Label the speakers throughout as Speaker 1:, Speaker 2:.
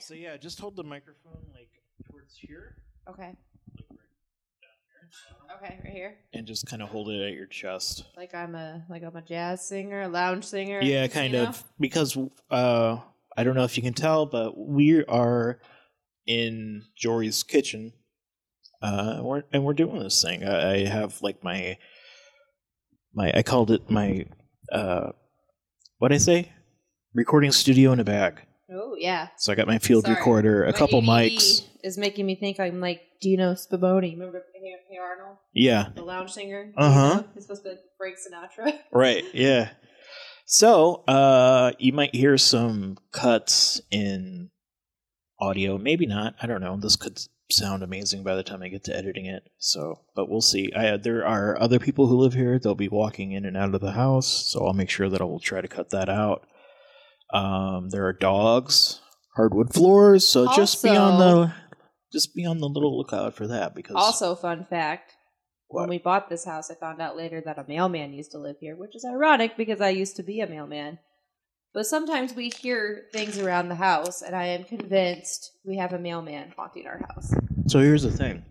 Speaker 1: So yeah, just hold the microphone like towards here,
Speaker 2: Okay.
Speaker 1: like right
Speaker 2: Okay, right here.
Speaker 1: and just kind of hold it at your chest.
Speaker 2: Like I'm a like I'm a jazz singer, a lounge singer.
Speaker 1: Yeah,
Speaker 2: you
Speaker 1: kind
Speaker 2: know?
Speaker 1: of because uh, I don't know if you can tell, but we are in Jory's kitchen, uh, and we're, and we're doing this thing. I, I have like my my I called it my uh, what I say recording studio in a bag.
Speaker 2: Oh yeah.
Speaker 1: So I got my field
Speaker 2: Sorry.
Speaker 1: recorder,
Speaker 2: My
Speaker 1: a couple
Speaker 2: ADD
Speaker 1: mics.
Speaker 2: is making me think I'm like Gino Spumoni. Remember Hey, hey Arnold,
Speaker 1: Yeah,
Speaker 2: the lounge singer?
Speaker 1: Uh-huh.
Speaker 2: It's supposed to be like Frank Sinatra.
Speaker 1: Right. Yeah. So, uh, you might hear some cuts in audio. Maybe not. I don't know. This could sound amazing by the time I get to editing it. So, but we'll see. I, uh, there are other people who live here. They'll be walking in and out of the house. So I'll make sure that I will try to cut that out. Um, there are dogs, hardwood floors. So just be on the, just be on the little lookout for that because
Speaker 2: Also, fun fact.
Speaker 1: What?
Speaker 2: When we bought this house, I found out later that a mailman used to live here, which is ironic because I used to be a mailman. But sometimes we hear things around the house, and I am convinced we have a mailman haunting our house.
Speaker 1: So here's the thing.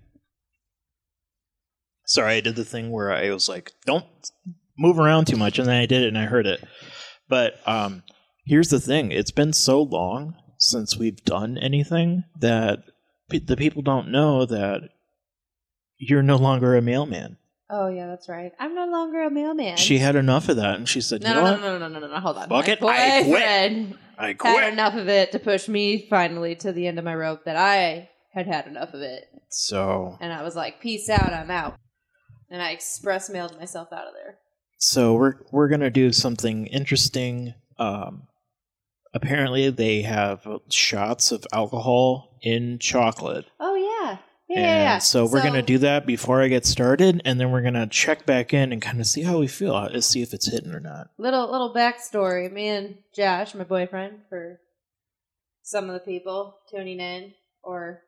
Speaker 1: Sorry, I did the thing where I was like, don't move around too much, and then I did it and I heard it. But um, here's the thing it's been so long since we've done anything that pe- the people don't know that you're no longer a mailman.
Speaker 2: Oh yeah, that's right. I'm no longer a mailman.
Speaker 1: She had enough of that, and she said,
Speaker 2: no,
Speaker 1: you know
Speaker 2: no,
Speaker 1: what?
Speaker 2: no, no, no, no, no, no. Hold on.
Speaker 1: Fuck
Speaker 2: My
Speaker 1: it, I quit.
Speaker 2: boyfriend
Speaker 1: I
Speaker 2: had
Speaker 1: quit.
Speaker 2: enough of it to push me finally to the end of my rope that I had had enough of it,
Speaker 1: So,
Speaker 2: and I was like, "Peace out, I'm out," and I express mailed myself out of there.
Speaker 1: so we're we're gonna do something interesting. Um, apparently, they have shots of alcohol in chocolate.
Speaker 2: Oh yeah, yeah,
Speaker 1: And
Speaker 2: yeah. yeah.
Speaker 1: So we're gonna do that before I get started, and then we're gonna check back in and kind of see how we feel, uh, see if it's hitting or not.
Speaker 2: little little backstory. Me and Josh, my boyfriend, for some of the people tuning in, or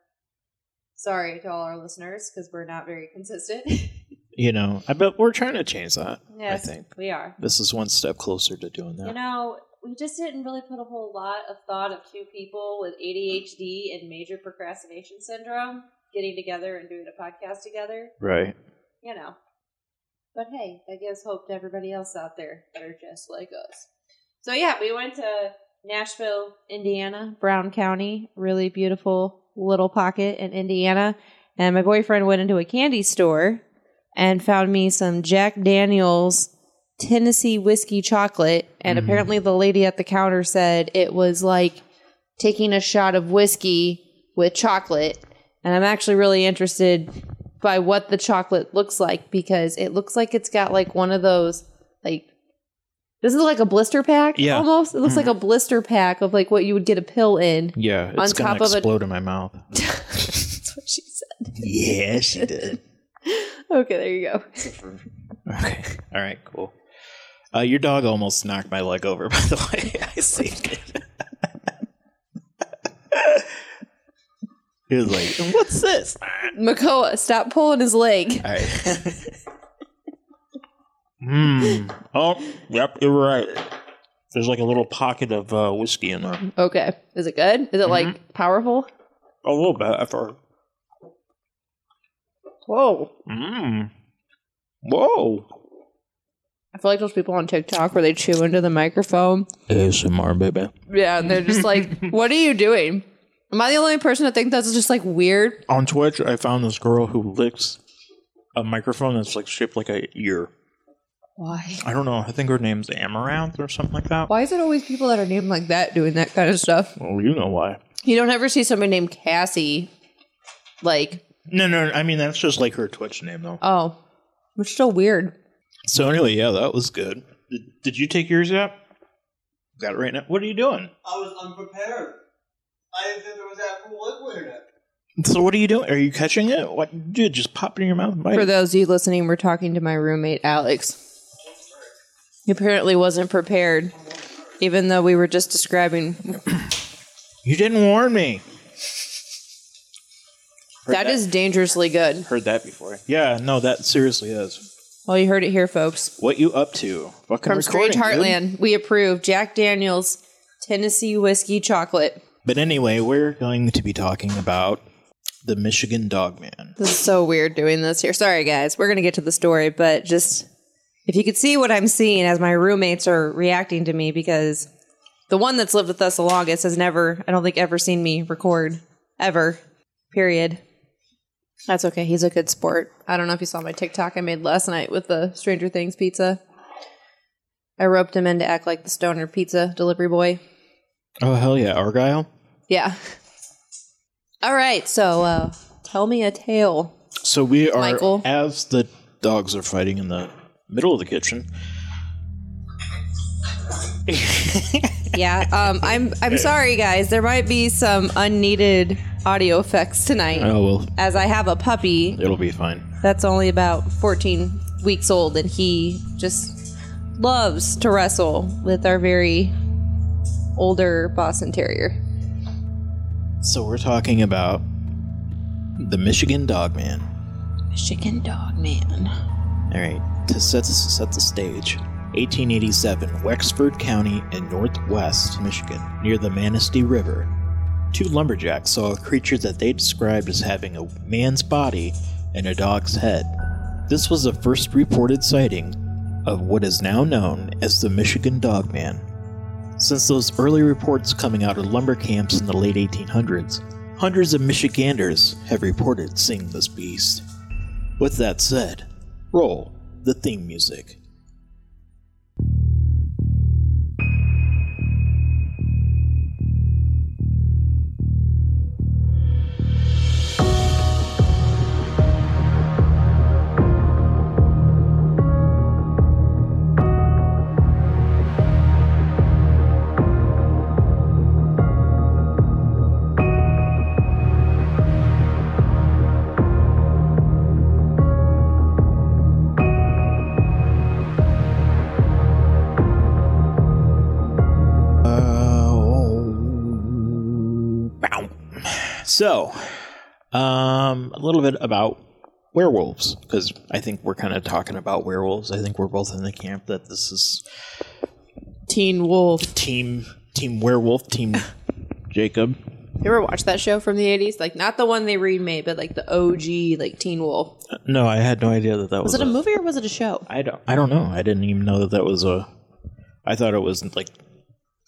Speaker 2: sorry to all our listeners because we're not very consistent.
Speaker 1: You know, I bet we're trying to change that.
Speaker 2: yes,
Speaker 1: think.
Speaker 2: we are.
Speaker 1: This is one step closer to doing that.
Speaker 2: You know, we just didn't really put a whole lot of thought of two people with ADHD and major procrastination syndrome getting together and doing a podcast together.
Speaker 1: right.
Speaker 2: You know. But hey, that gives hope to everybody else out there that are just like us. So yeah, we went to Nashville, Indiana, Brown County, really beautiful little pocket in Indiana. And my boyfriend went into a candy store and found me some Jack Daniels Tennessee whiskey chocolate. And
Speaker 1: Mhm.
Speaker 2: apparently, the lady at the counter said it was like taking a shot of whiskey with chocolate. And I'm actually really interested by what the chocolate looks like because it looks like it's got like one of those, like, this is like a blister pack
Speaker 1: Yeah. Mm-hmm.
Speaker 2: almost. It looks like a blister pack of like what you would get a pill in.
Speaker 1: Yeah. It's
Speaker 2: On
Speaker 1: gonna
Speaker 2: top of a-
Speaker 1: explode in my mouth.
Speaker 2: That's what she said.
Speaker 1: yeah, she did.
Speaker 2: Okay, there you go.
Speaker 1: okay. All right. Cool. Uh, your dog almost knocked my leg over. By the way, I saved it. He was like, "What's this?"
Speaker 2: Makoa, stop pulling his leg.
Speaker 1: All right. Hmm. Oh, yep, you're right. There's like a little pocket of uh, whiskey in there.
Speaker 2: Okay. Is it good? Is it
Speaker 1: Mm-hmm.
Speaker 2: like powerful?
Speaker 1: A little bit after.
Speaker 2: Whoa.
Speaker 1: Mmm. Whoa.
Speaker 2: I feel like those people on TikTok where they chew into the microphone.
Speaker 1: ASMR, baby.
Speaker 2: Yeah, and they're just like, what are you doing? Am I the only person that think that's just like weird?
Speaker 1: On Twitch, I found this girl who licks a microphone that's like shaped like a ear.
Speaker 2: Why?
Speaker 1: I don't know. I think her name's Amaranth or something like that.
Speaker 2: Why is it always people that are named like that doing that kind of stuff?
Speaker 1: Well, Oh, you know why.
Speaker 2: You don't ever see somebody named Cassie, like,
Speaker 1: No, no. I mean, that's just like her Twitch name, though.
Speaker 2: oh, which is so weird.
Speaker 1: So anyway, Uh, yeah, that was good. Did, did you take yours yet? Got it right now. What are you doing?
Speaker 3: I was unprepared. I didn't think there was that liquid in it.
Speaker 1: So what are you doing? Are you catching it? What, dude? Just pop it in your mouth and bite.
Speaker 2: For
Speaker 1: it.
Speaker 2: those of you listening, we're talking to my roommate Alex. He apparently wasn't prepared, even though we were just describing.
Speaker 1: you didn't warn me. Heard
Speaker 2: That is dangerously good.
Speaker 1: heard that before. Yeah, no, that seriously is.
Speaker 2: Well, you heard it here, folks.
Speaker 1: What you up to? Fucking
Speaker 2: From Strange
Speaker 1: recording, dude.
Speaker 2: Heartland, we approve Jack Daniels Tennessee Whiskey Chocolate.
Speaker 1: But anyway, we're going to be talking about the Michigan Dogman.
Speaker 2: This is so weird doing this here. Sorry, guys. We're going to get to the story, but just if you could see what I'm seeing as my roommates are reacting to me because the one that's lived with us the longest has never, I don't think, ever seen me record. Ever. Period. That's okay. He's a good sport. I don't know if you saw my TikTok I made last night with the Stranger Things pizza. I roped him in to act like the stoner pizza delivery boy.
Speaker 1: Oh hell yeah, Argyle.
Speaker 2: Yeah. All right. So uh, tell me a tale.
Speaker 1: So we are
Speaker 2: Michael.
Speaker 1: as the dogs are fighting in the middle of the kitchen.
Speaker 2: yeah um i'm i'm sorry guys there might be some unneeded audio effects tonight
Speaker 1: Oh well,
Speaker 2: as i have a puppy
Speaker 1: it'll be fine.
Speaker 2: that's only about 14 weeks old and he just loves to wrestle with our very older boston terrier
Speaker 1: So we're talking about the Michigan Dogman.
Speaker 2: michigan dog man
Speaker 1: All right, to set, set the stage. 1887, Wexford County in northwest Michigan, near the Manistee River. Two lumberjacks saw a creature that they described as having a man's body and a dog's head. This was the first reported sighting of what is now known as the Michigan Dogman. Since those early reports coming out of lumber camps in the late 1800s, hundreds of Michiganders have reported seeing this beast. With that said, roll the theme music. Bow. So, um, a little bit about werewolves because I think we're kind of talking about werewolves. I think we're both in the camp that this is
Speaker 2: teen wolf
Speaker 1: team team werewolf team Jacob.
Speaker 2: you ever watch that show from the 80s like not the one they remade but like the og like teen wolf
Speaker 1: No, I had no idea that that was,
Speaker 2: was it a movie or was it a show
Speaker 1: I don't. I don't know. I didn't even know that that was a. I thought it was like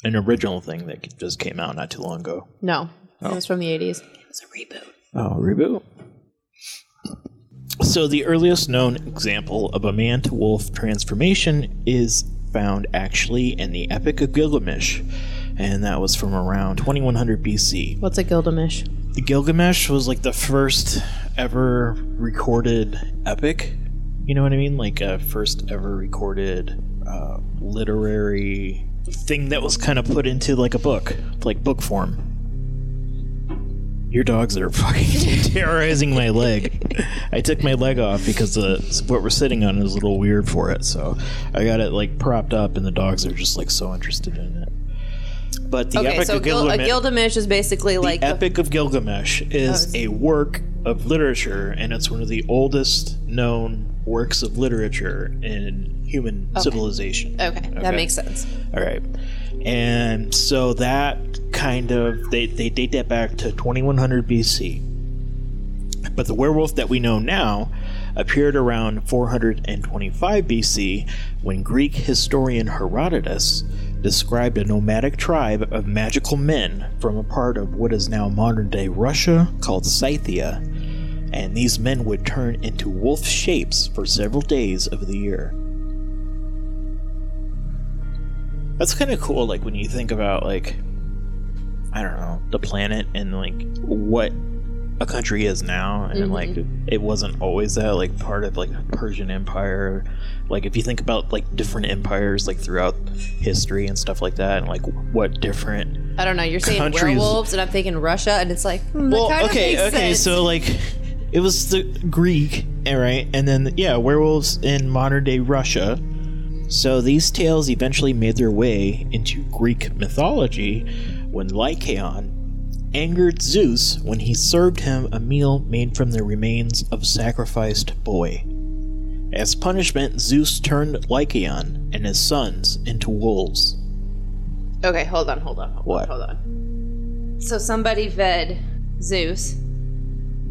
Speaker 1: an original thing that just came out not too long ago.
Speaker 2: no it was from the 80s it was a reboot
Speaker 1: Oh, reboot. So the earliest known example of a man to wolf transformation is found actually in the Epic of Gilgamesh, and that was from around 2100 BC.
Speaker 2: what's a gilgamesh
Speaker 1: The Gilgamesh was like the first ever recorded epic. You know what I mean? Like a first ever recorded uh, literary thing that was kind of put into like a book, like book form. Your dogs are fucking terrorizing my leg. I took my leg off because the what we're sitting on is a little weird for it, so I got it like propped up, and the dogs are just like so interested in it. But the
Speaker 2: okay,
Speaker 1: epic
Speaker 2: so
Speaker 1: of
Speaker 2: Gil- uh, a
Speaker 1: Gilgamesh,
Speaker 2: Gilgamesh is basically
Speaker 1: the
Speaker 2: like the-
Speaker 1: Epic of Gilgamesh is a work of literature, and it's one of the oldest known works of literature in human civilization.
Speaker 2: okay, that
Speaker 1: Okay.
Speaker 2: makes sense.
Speaker 1: All right. And so that kind of they, they date that back to 2100 BC. But the werewolf that we know now appeared around 425 BC when Greek historian Herodotus described a nomadic tribe of magical men from a part of what is now modern day Russia called Scythia. And these men would turn into wolf shapes for several days of the year. That's kind of cool, like when you think about like I don't know the planet and like what a country is now, and like it wasn't always that. Like part of like Persian Empire, like if you think about like different empires like throughout history and stuff like that, and like what different
Speaker 2: I don't know. You're saying
Speaker 1: Countries-
Speaker 2: werewolves, and I'm thinking Russia, and it's like, hmm, that
Speaker 1: well,
Speaker 2: kinda
Speaker 1: okay,
Speaker 2: makes
Speaker 1: okay.
Speaker 2: sense.
Speaker 1: So like, it was the Greek, eh, right? And then yeah, werewolves in modern day Russia. So these tales eventually made their way into Greek mythology when Lycaon angered Zeus when he served him a meal made from the remains of a sacrificed boy. As punishment, Zeus turned Lycaon and his sons into wolves.
Speaker 2: okay, hold on, hold on, hold on,
Speaker 1: What?
Speaker 2: hold on. So somebody fed Zeus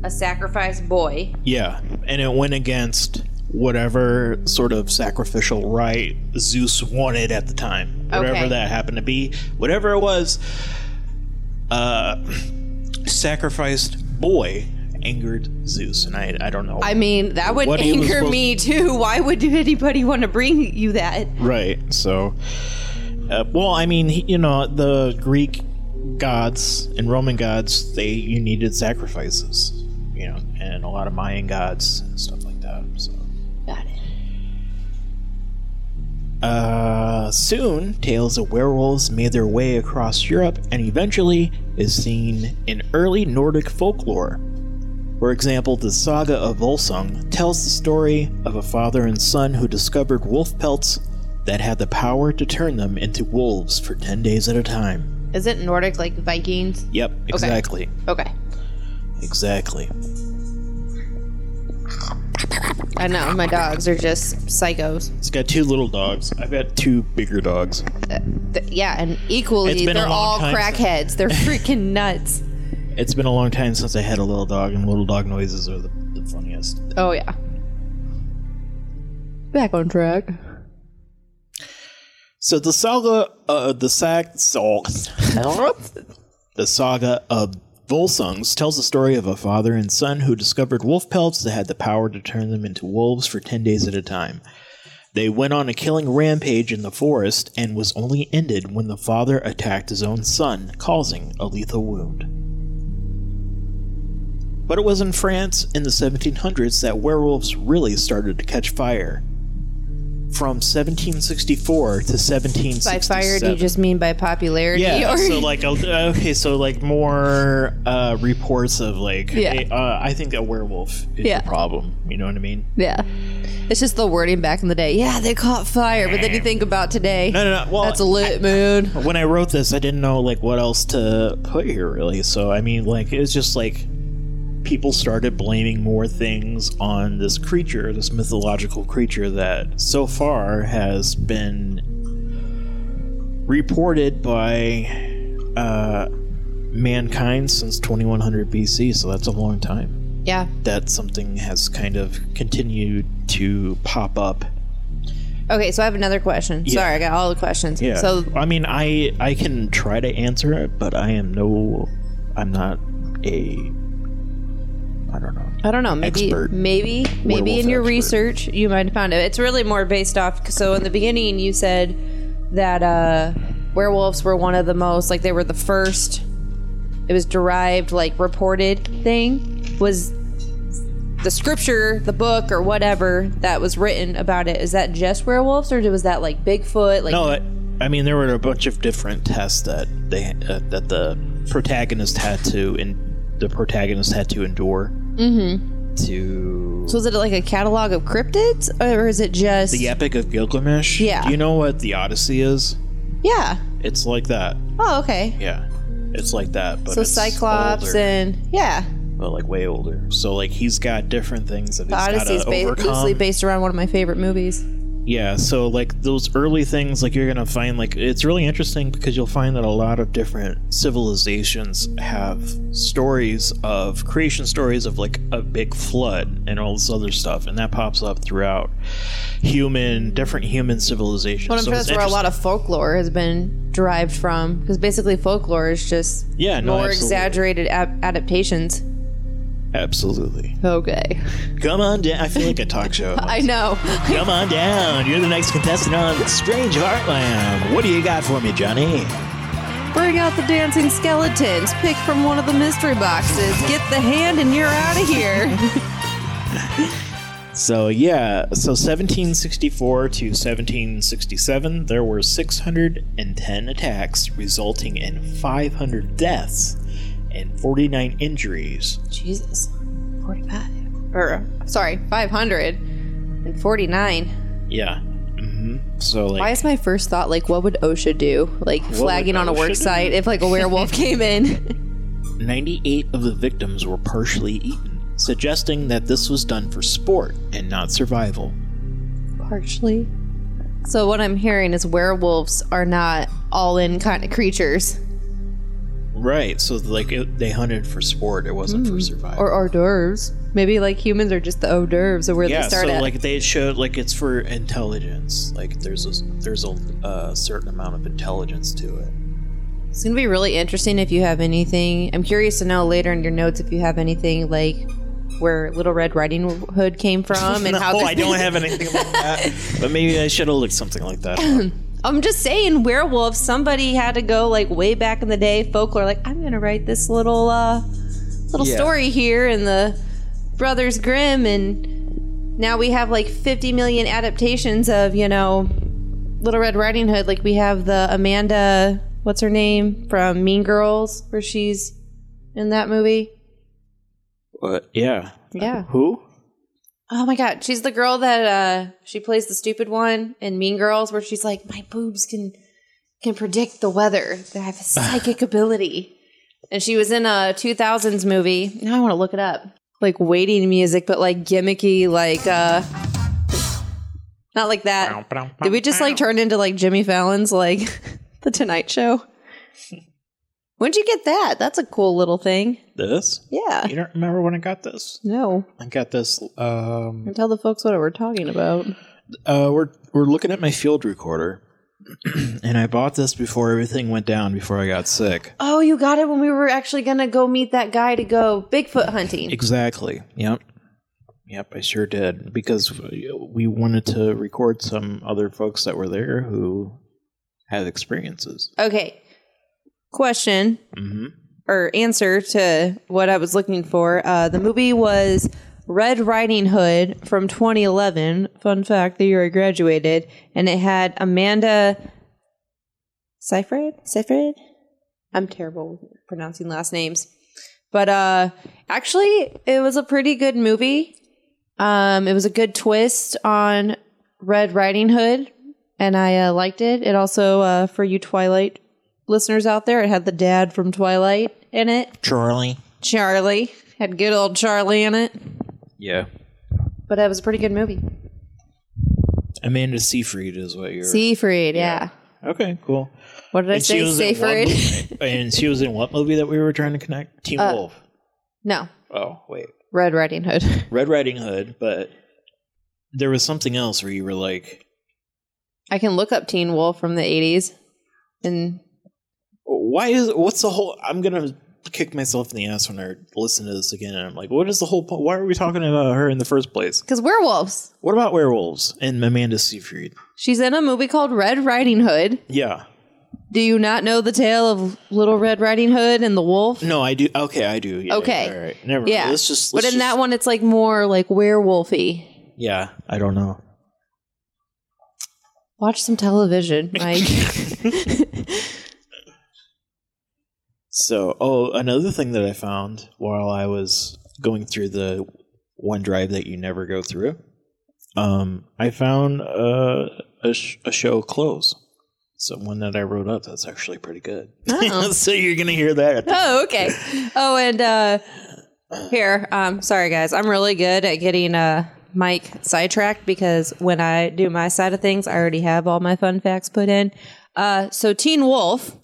Speaker 2: a sacrifice boy.
Speaker 1: Yeah, and it went against whatever sort of sacrificial rite Zeus wanted at the time, whatever
Speaker 2: Okay.
Speaker 1: that happened to be, whatever it was. Uh, sacrificed boy angered Zeus, and I I don't know.
Speaker 2: I mean, that would
Speaker 1: What he was
Speaker 2: anger
Speaker 1: supposed-
Speaker 2: me too. Why would anybody want to bring you that?
Speaker 1: right, so. Uh, well, I mean, he- you know, the Greek gods and Roman gods, they you needed sacrifices, you know, and a lot of Mayan gods and stuff like that. So.
Speaker 2: Got it.
Speaker 1: Uh, soon, tales of werewolves made their way across Europe and eventually is seen in early Nordic folklore. For example, the saga of Volsung tells the story of a father and son who discovered wolf pelts that had the power to turn them into wolves for 10 days at a time.
Speaker 2: Is it Nordic like Vikings?
Speaker 1: Yep, exactly.
Speaker 2: Okay.
Speaker 1: Exactly.
Speaker 2: I know, my dogs are just psychos.
Speaker 1: It's got two little dogs. I've got two bigger dogs.
Speaker 2: Th- yeah, and
Speaker 1: It's
Speaker 2: equally,
Speaker 1: been a
Speaker 2: they're
Speaker 1: long
Speaker 2: all
Speaker 1: time
Speaker 2: crackheads. They're freaking nuts.
Speaker 1: It's been a long time since I had a little dog, and little dog noises are the, the funniest.
Speaker 2: Oh, yeah. Back on track.
Speaker 1: So the saga, uh, the sag, so, the saga of Volsungs tells the story of a father and son who discovered wolf pelts that had the power to turn them into wolves for ten days at a time. They went on a killing rampage in the forest and was only ended when the father attacked his own son, causing a lethal wound. But it was in France in the 1700s that werewolves really started to catch fire. From 1764 to 1767.
Speaker 2: By fire, do you just mean by popularity?
Speaker 1: Yeah,
Speaker 2: or- E
Speaker 1: so like a- okay, so like more uh, reports of like
Speaker 2: Yeah.
Speaker 1: hey, uh, I think a werewolf is
Speaker 2: Yeah.
Speaker 1: the problem. You know what I mean?
Speaker 2: yeah. It's just the wording back in the day. Yeah, they caught fire, but then you think about today.
Speaker 1: No, no, no. Well,
Speaker 2: That's a lit moon.
Speaker 1: when I wrote this, I didn't know like what else to put here really. So I mean, like it's just like people started blaming more things on this creature, this mythological creature that so far has been reported by uh, mankind since 2100 BC. So that's a long time.
Speaker 2: Yeah.
Speaker 1: that something has kind of continued to pop up.
Speaker 2: Okay, so I have another question. Sorry, I got all the questions. So
Speaker 1: I mean, I I can try to answer it, but I am no, I'm not a, I don't know.
Speaker 2: I don't know. Maybe,
Speaker 1: Expert.
Speaker 2: maybe, maybe
Speaker 1: Werewolf
Speaker 2: in your
Speaker 1: expert.
Speaker 2: research you might have found it. It's really more based off. So in the beginning, you said that uh, werewolves were one of the most, like they were the first. It was derived, like reported thing was the scripture, the book, or whatever that was written about it. Is that just werewolves, or was that like Bigfoot? Like,
Speaker 1: No, I, I mean there were a bunch of different tests that they uh, that the protagonist had to and the protagonist had to endure
Speaker 2: Mm-hmm.
Speaker 1: to
Speaker 2: so is it like a catalog of cryptids, or is it just
Speaker 1: the Epic of Gilgamesh.
Speaker 2: Yeah.
Speaker 1: Do you know what the Odyssey is?
Speaker 2: yeah?
Speaker 1: It's like that.
Speaker 2: Oh, okay.
Speaker 1: Yeah, it's like that. But
Speaker 2: So
Speaker 1: it's
Speaker 2: Cyclops
Speaker 1: older.
Speaker 2: and yeah.
Speaker 1: but like way older. So like he's got different things that he's
Speaker 2: The
Speaker 1: got
Speaker 2: Odyssey is
Speaker 1: to
Speaker 2: ba- loosely
Speaker 1: overcome.
Speaker 2: based around one of my favorite movies.
Speaker 1: yeah, so like those early things, like you're gonna find like it's really interesting because you'll find that a lot of different civilizations have stories of creation stories of like a big flood and all this other stuff, and that pops up throughout human different human civilizations.
Speaker 2: But I'm
Speaker 1: So
Speaker 2: sure
Speaker 1: it's
Speaker 2: that's where a
Speaker 1: interest-
Speaker 2: lot of folklore has been derived from, because basically folklore is just
Speaker 1: yeah, no,
Speaker 2: more
Speaker 1: absolutely.
Speaker 2: exaggerated ab- adaptations.
Speaker 1: Absolutely,
Speaker 2: Okay,
Speaker 1: come on down. I feel like a talk show. host.
Speaker 2: I know.
Speaker 1: Come on down. You're the next contestant on Strange Heartland. What do you got for me, Johnny?
Speaker 2: Bring out the dancing skeletons. Pick from one of the mystery boxes. Get the hand, and you're out of here.
Speaker 1: So, yeah, so 1764 to 1767, there were 610 attacks, resulting in 500 deaths and 49 injuries.
Speaker 2: Jesus, forty-five. Or sorry, five hundred and forty-nine.
Speaker 1: Yeah. Mm-hmm. So, like,
Speaker 2: Why is my first thought like, what would OSHA do? Like flagging on a
Speaker 1: OSHA
Speaker 2: work
Speaker 1: do?
Speaker 2: site if like a werewolf came in.
Speaker 1: 98 of the victims were partially eaten, suggesting that this was done for sport and not survival.
Speaker 2: Partially. So what I'm hearing is werewolves are not all in kind of creatures.
Speaker 1: Right. So like it, they hunted for sport. It wasn't for
Speaker 2: Mm.
Speaker 1: survival.
Speaker 2: Or hors d'oeuvres. Maybe like humans are just the hors d'oeuvres of where
Speaker 1: yeah.
Speaker 2: they start
Speaker 1: so
Speaker 2: at.
Speaker 1: like they showed like it's for intelligence. Like there's a there's a uh, certain amount of intelligence to it.
Speaker 2: It's gonna be really interesting if you have anything. I'm curious to know later in your notes if you have anything like where Little Red Riding Hood came from Um, and
Speaker 1: no,
Speaker 2: how.
Speaker 1: Oh, I don't have anything like that. But maybe I should have looked something like that. up.
Speaker 2: I'm just saying, werewolves. Somebody had to go like way back in the day, folklore. Like I'm gonna write this little uh, little
Speaker 1: Yeah.
Speaker 2: story here in the Brothers Grimm, and now we have like 50 million adaptations of you know Little Red Riding Hood. Like we have the Amanda, what's her name from Mean Girls, where she's in that movie.
Speaker 1: But yeah.
Speaker 2: Yeah.
Speaker 1: Who?
Speaker 2: Oh my god, she's the girl that uh she plays the stupid one in Mean Girls where she's like, My boobs can can predict the weather. They have a psychic ability. And she was in a two thousands movie. Now I wanna look it up. Like waiting music, but like gimmicky, like uh not like that. Did we just like turn into like Jimmy Fallon's like the Tonight Show? When'd you get that? That's a cool little thing.
Speaker 1: This?
Speaker 2: Yeah.
Speaker 1: You don't remember when I got this?
Speaker 2: No.
Speaker 1: I got this. Um,
Speaker 2: Tell the folks what we're talking about.
Speaker 1: uh, we're we're looking at my field recorder, and I bought this before everything went down. Before I got sick.
Speaker 2: Oh, you got it when we were actually gonna go meet that guy to go Bigfoot hunting.
Speaker 1: Exactly. Yep. Yep, I sure did because we wanted to record some other folks that were there who had experiences.
Speaker 2: Okay. Question
Speaker 1: hmm
Speaker 2: or answer to what I was looking for. Uh, the movie was Red Riding Hood from 2011. Fun fact: the year I graduated, and it had Amanda Seyfried. Seyfried. I'm terrible with pronouncing last names, but uh, actually, it was a pretty good movie. Um, it was a good twist on Red Riding Hood, and I uh, liked it. It also, uh, for you Twilight listeners out there, it had the dad from Twilight in it.
Speaker 1: Charlie.
Speaker 2: Charlie had good old Charlie in it,
Speaker 1: Yeah.
Speaker 2: but it was a pretty good movie.
Speaker 1: Amanda Seyfried is what you're.
Speaker 2: Seafried, yeah.
Speaker 1: okay, cool.
Speaker 2: What did I
Speaker 1: And she
Speaker 2: say?
Speaker 1: was in what
Speaker 2: Seafried?
Speaker 1: movie- and she was in what movie that we were trying to connect? Teen
Speaker 2: Uh,
Speaker 1: Wolf.
Speaker 2: no,
Speaker 1: Oh wait,
Speaker 2: Red Riding Hood.
Speaker 1: Red Riding Hood. But there was something else where you were like,
Speaker 2: I can look up Teen Wolf from the '80s, and
Speaker 1: "Why is what's the whole?" I'm gonna kick myself in the ass when I listen to this again, and I'm like, "What is the whole? Po- why are we talking about her in the first place?
Speaker 2: because werewolves.
Speaker 1: What about werewolves and Amanda Seyfried?
Speaker 2: She's in a movie called Red Riding Hood.
Speaker 1: Yeah,
Speaker 2: Do you not know the tale of Little Red Riding Hood and the wolf?
Speaker 1: no, I do. Okay, I do. Yeah,
Speaker 2: Okay.
Speaker 1: all right, never.
Speaker 2: Yeah,
Speaker 1: Yeah, let's just.
Speaker 2: but
Speaker 1: let's
Speaker 2: in that
Speaker 1: just-
Speaker 2: one, it's like more like werewolfy.
Speaker 1: yeah, I don't know.
Speaker 2: Watch some television, Mike.
Speaker 1: So, oh, another thing that I found while I was going through the OneDrive that you never go through, um, I found uh, a, sh- a show close. So one that I wrote up that's actually pretty good.
Speaker 2: Oh.
Speaker 1: so you're gonna hear that. at the-
Speaker 2: oh, okay. Oh, and uh here, um, sorry guys, I'm really good at getting uh Mike sidetracked because when I do my side of things, I already have all my fun facts put in. Uh, so Teen Wolf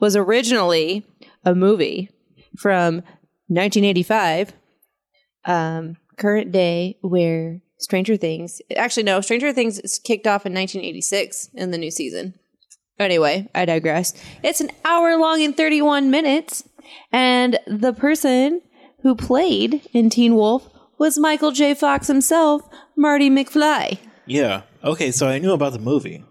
Speaker 2: was originally a movie from 1985, um, current day where Stranger Things, actually no, Stranger Things is kicked off in 1986 in the new season. Anyway, I digress. It's an hour long and 31 minutes. And the person who played in Teen Wolf was Michael J. Fox himself, Marty McFly.
Speaker 1: Yeah. Okay. So I knew about the movie.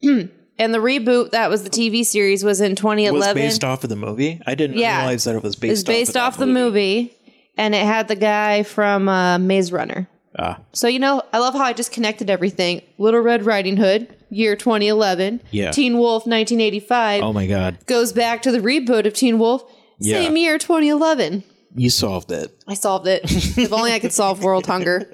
Speaker 2: And the reboot that was the TV series was in
Speaker 1: It
Speaker 2: 2011.
Speaker 1: was based off of the movie. I didn't
Speaker 2: Yeah.
Speaker 1: realize that it was
Speaker 2: It was
Speaker 1: based.
Speaker 2: based
Speaker 1: off,
Speaker 2: off,
Speaker 1: of that
Speaker 2: the movie. and it had the guy from uh, Maze Runner.
Speaker 1: Ah,
Speaker 2: So you know, I love how I just connected everything. Little Red Riding Hood, year 2011.
Speaker 1: Yeah.
Speaker 2: Teen Wolf, 1985.
Speaker 1: oh my god!
Speaker 2: Goes back to the reboot of Teen Wolf,
Speaker 1: Yeah.
Speaker 2: same year, 2011.
Speaker 1: You solved it.
Speaker 2: I solved it. if only I could solve world hunger.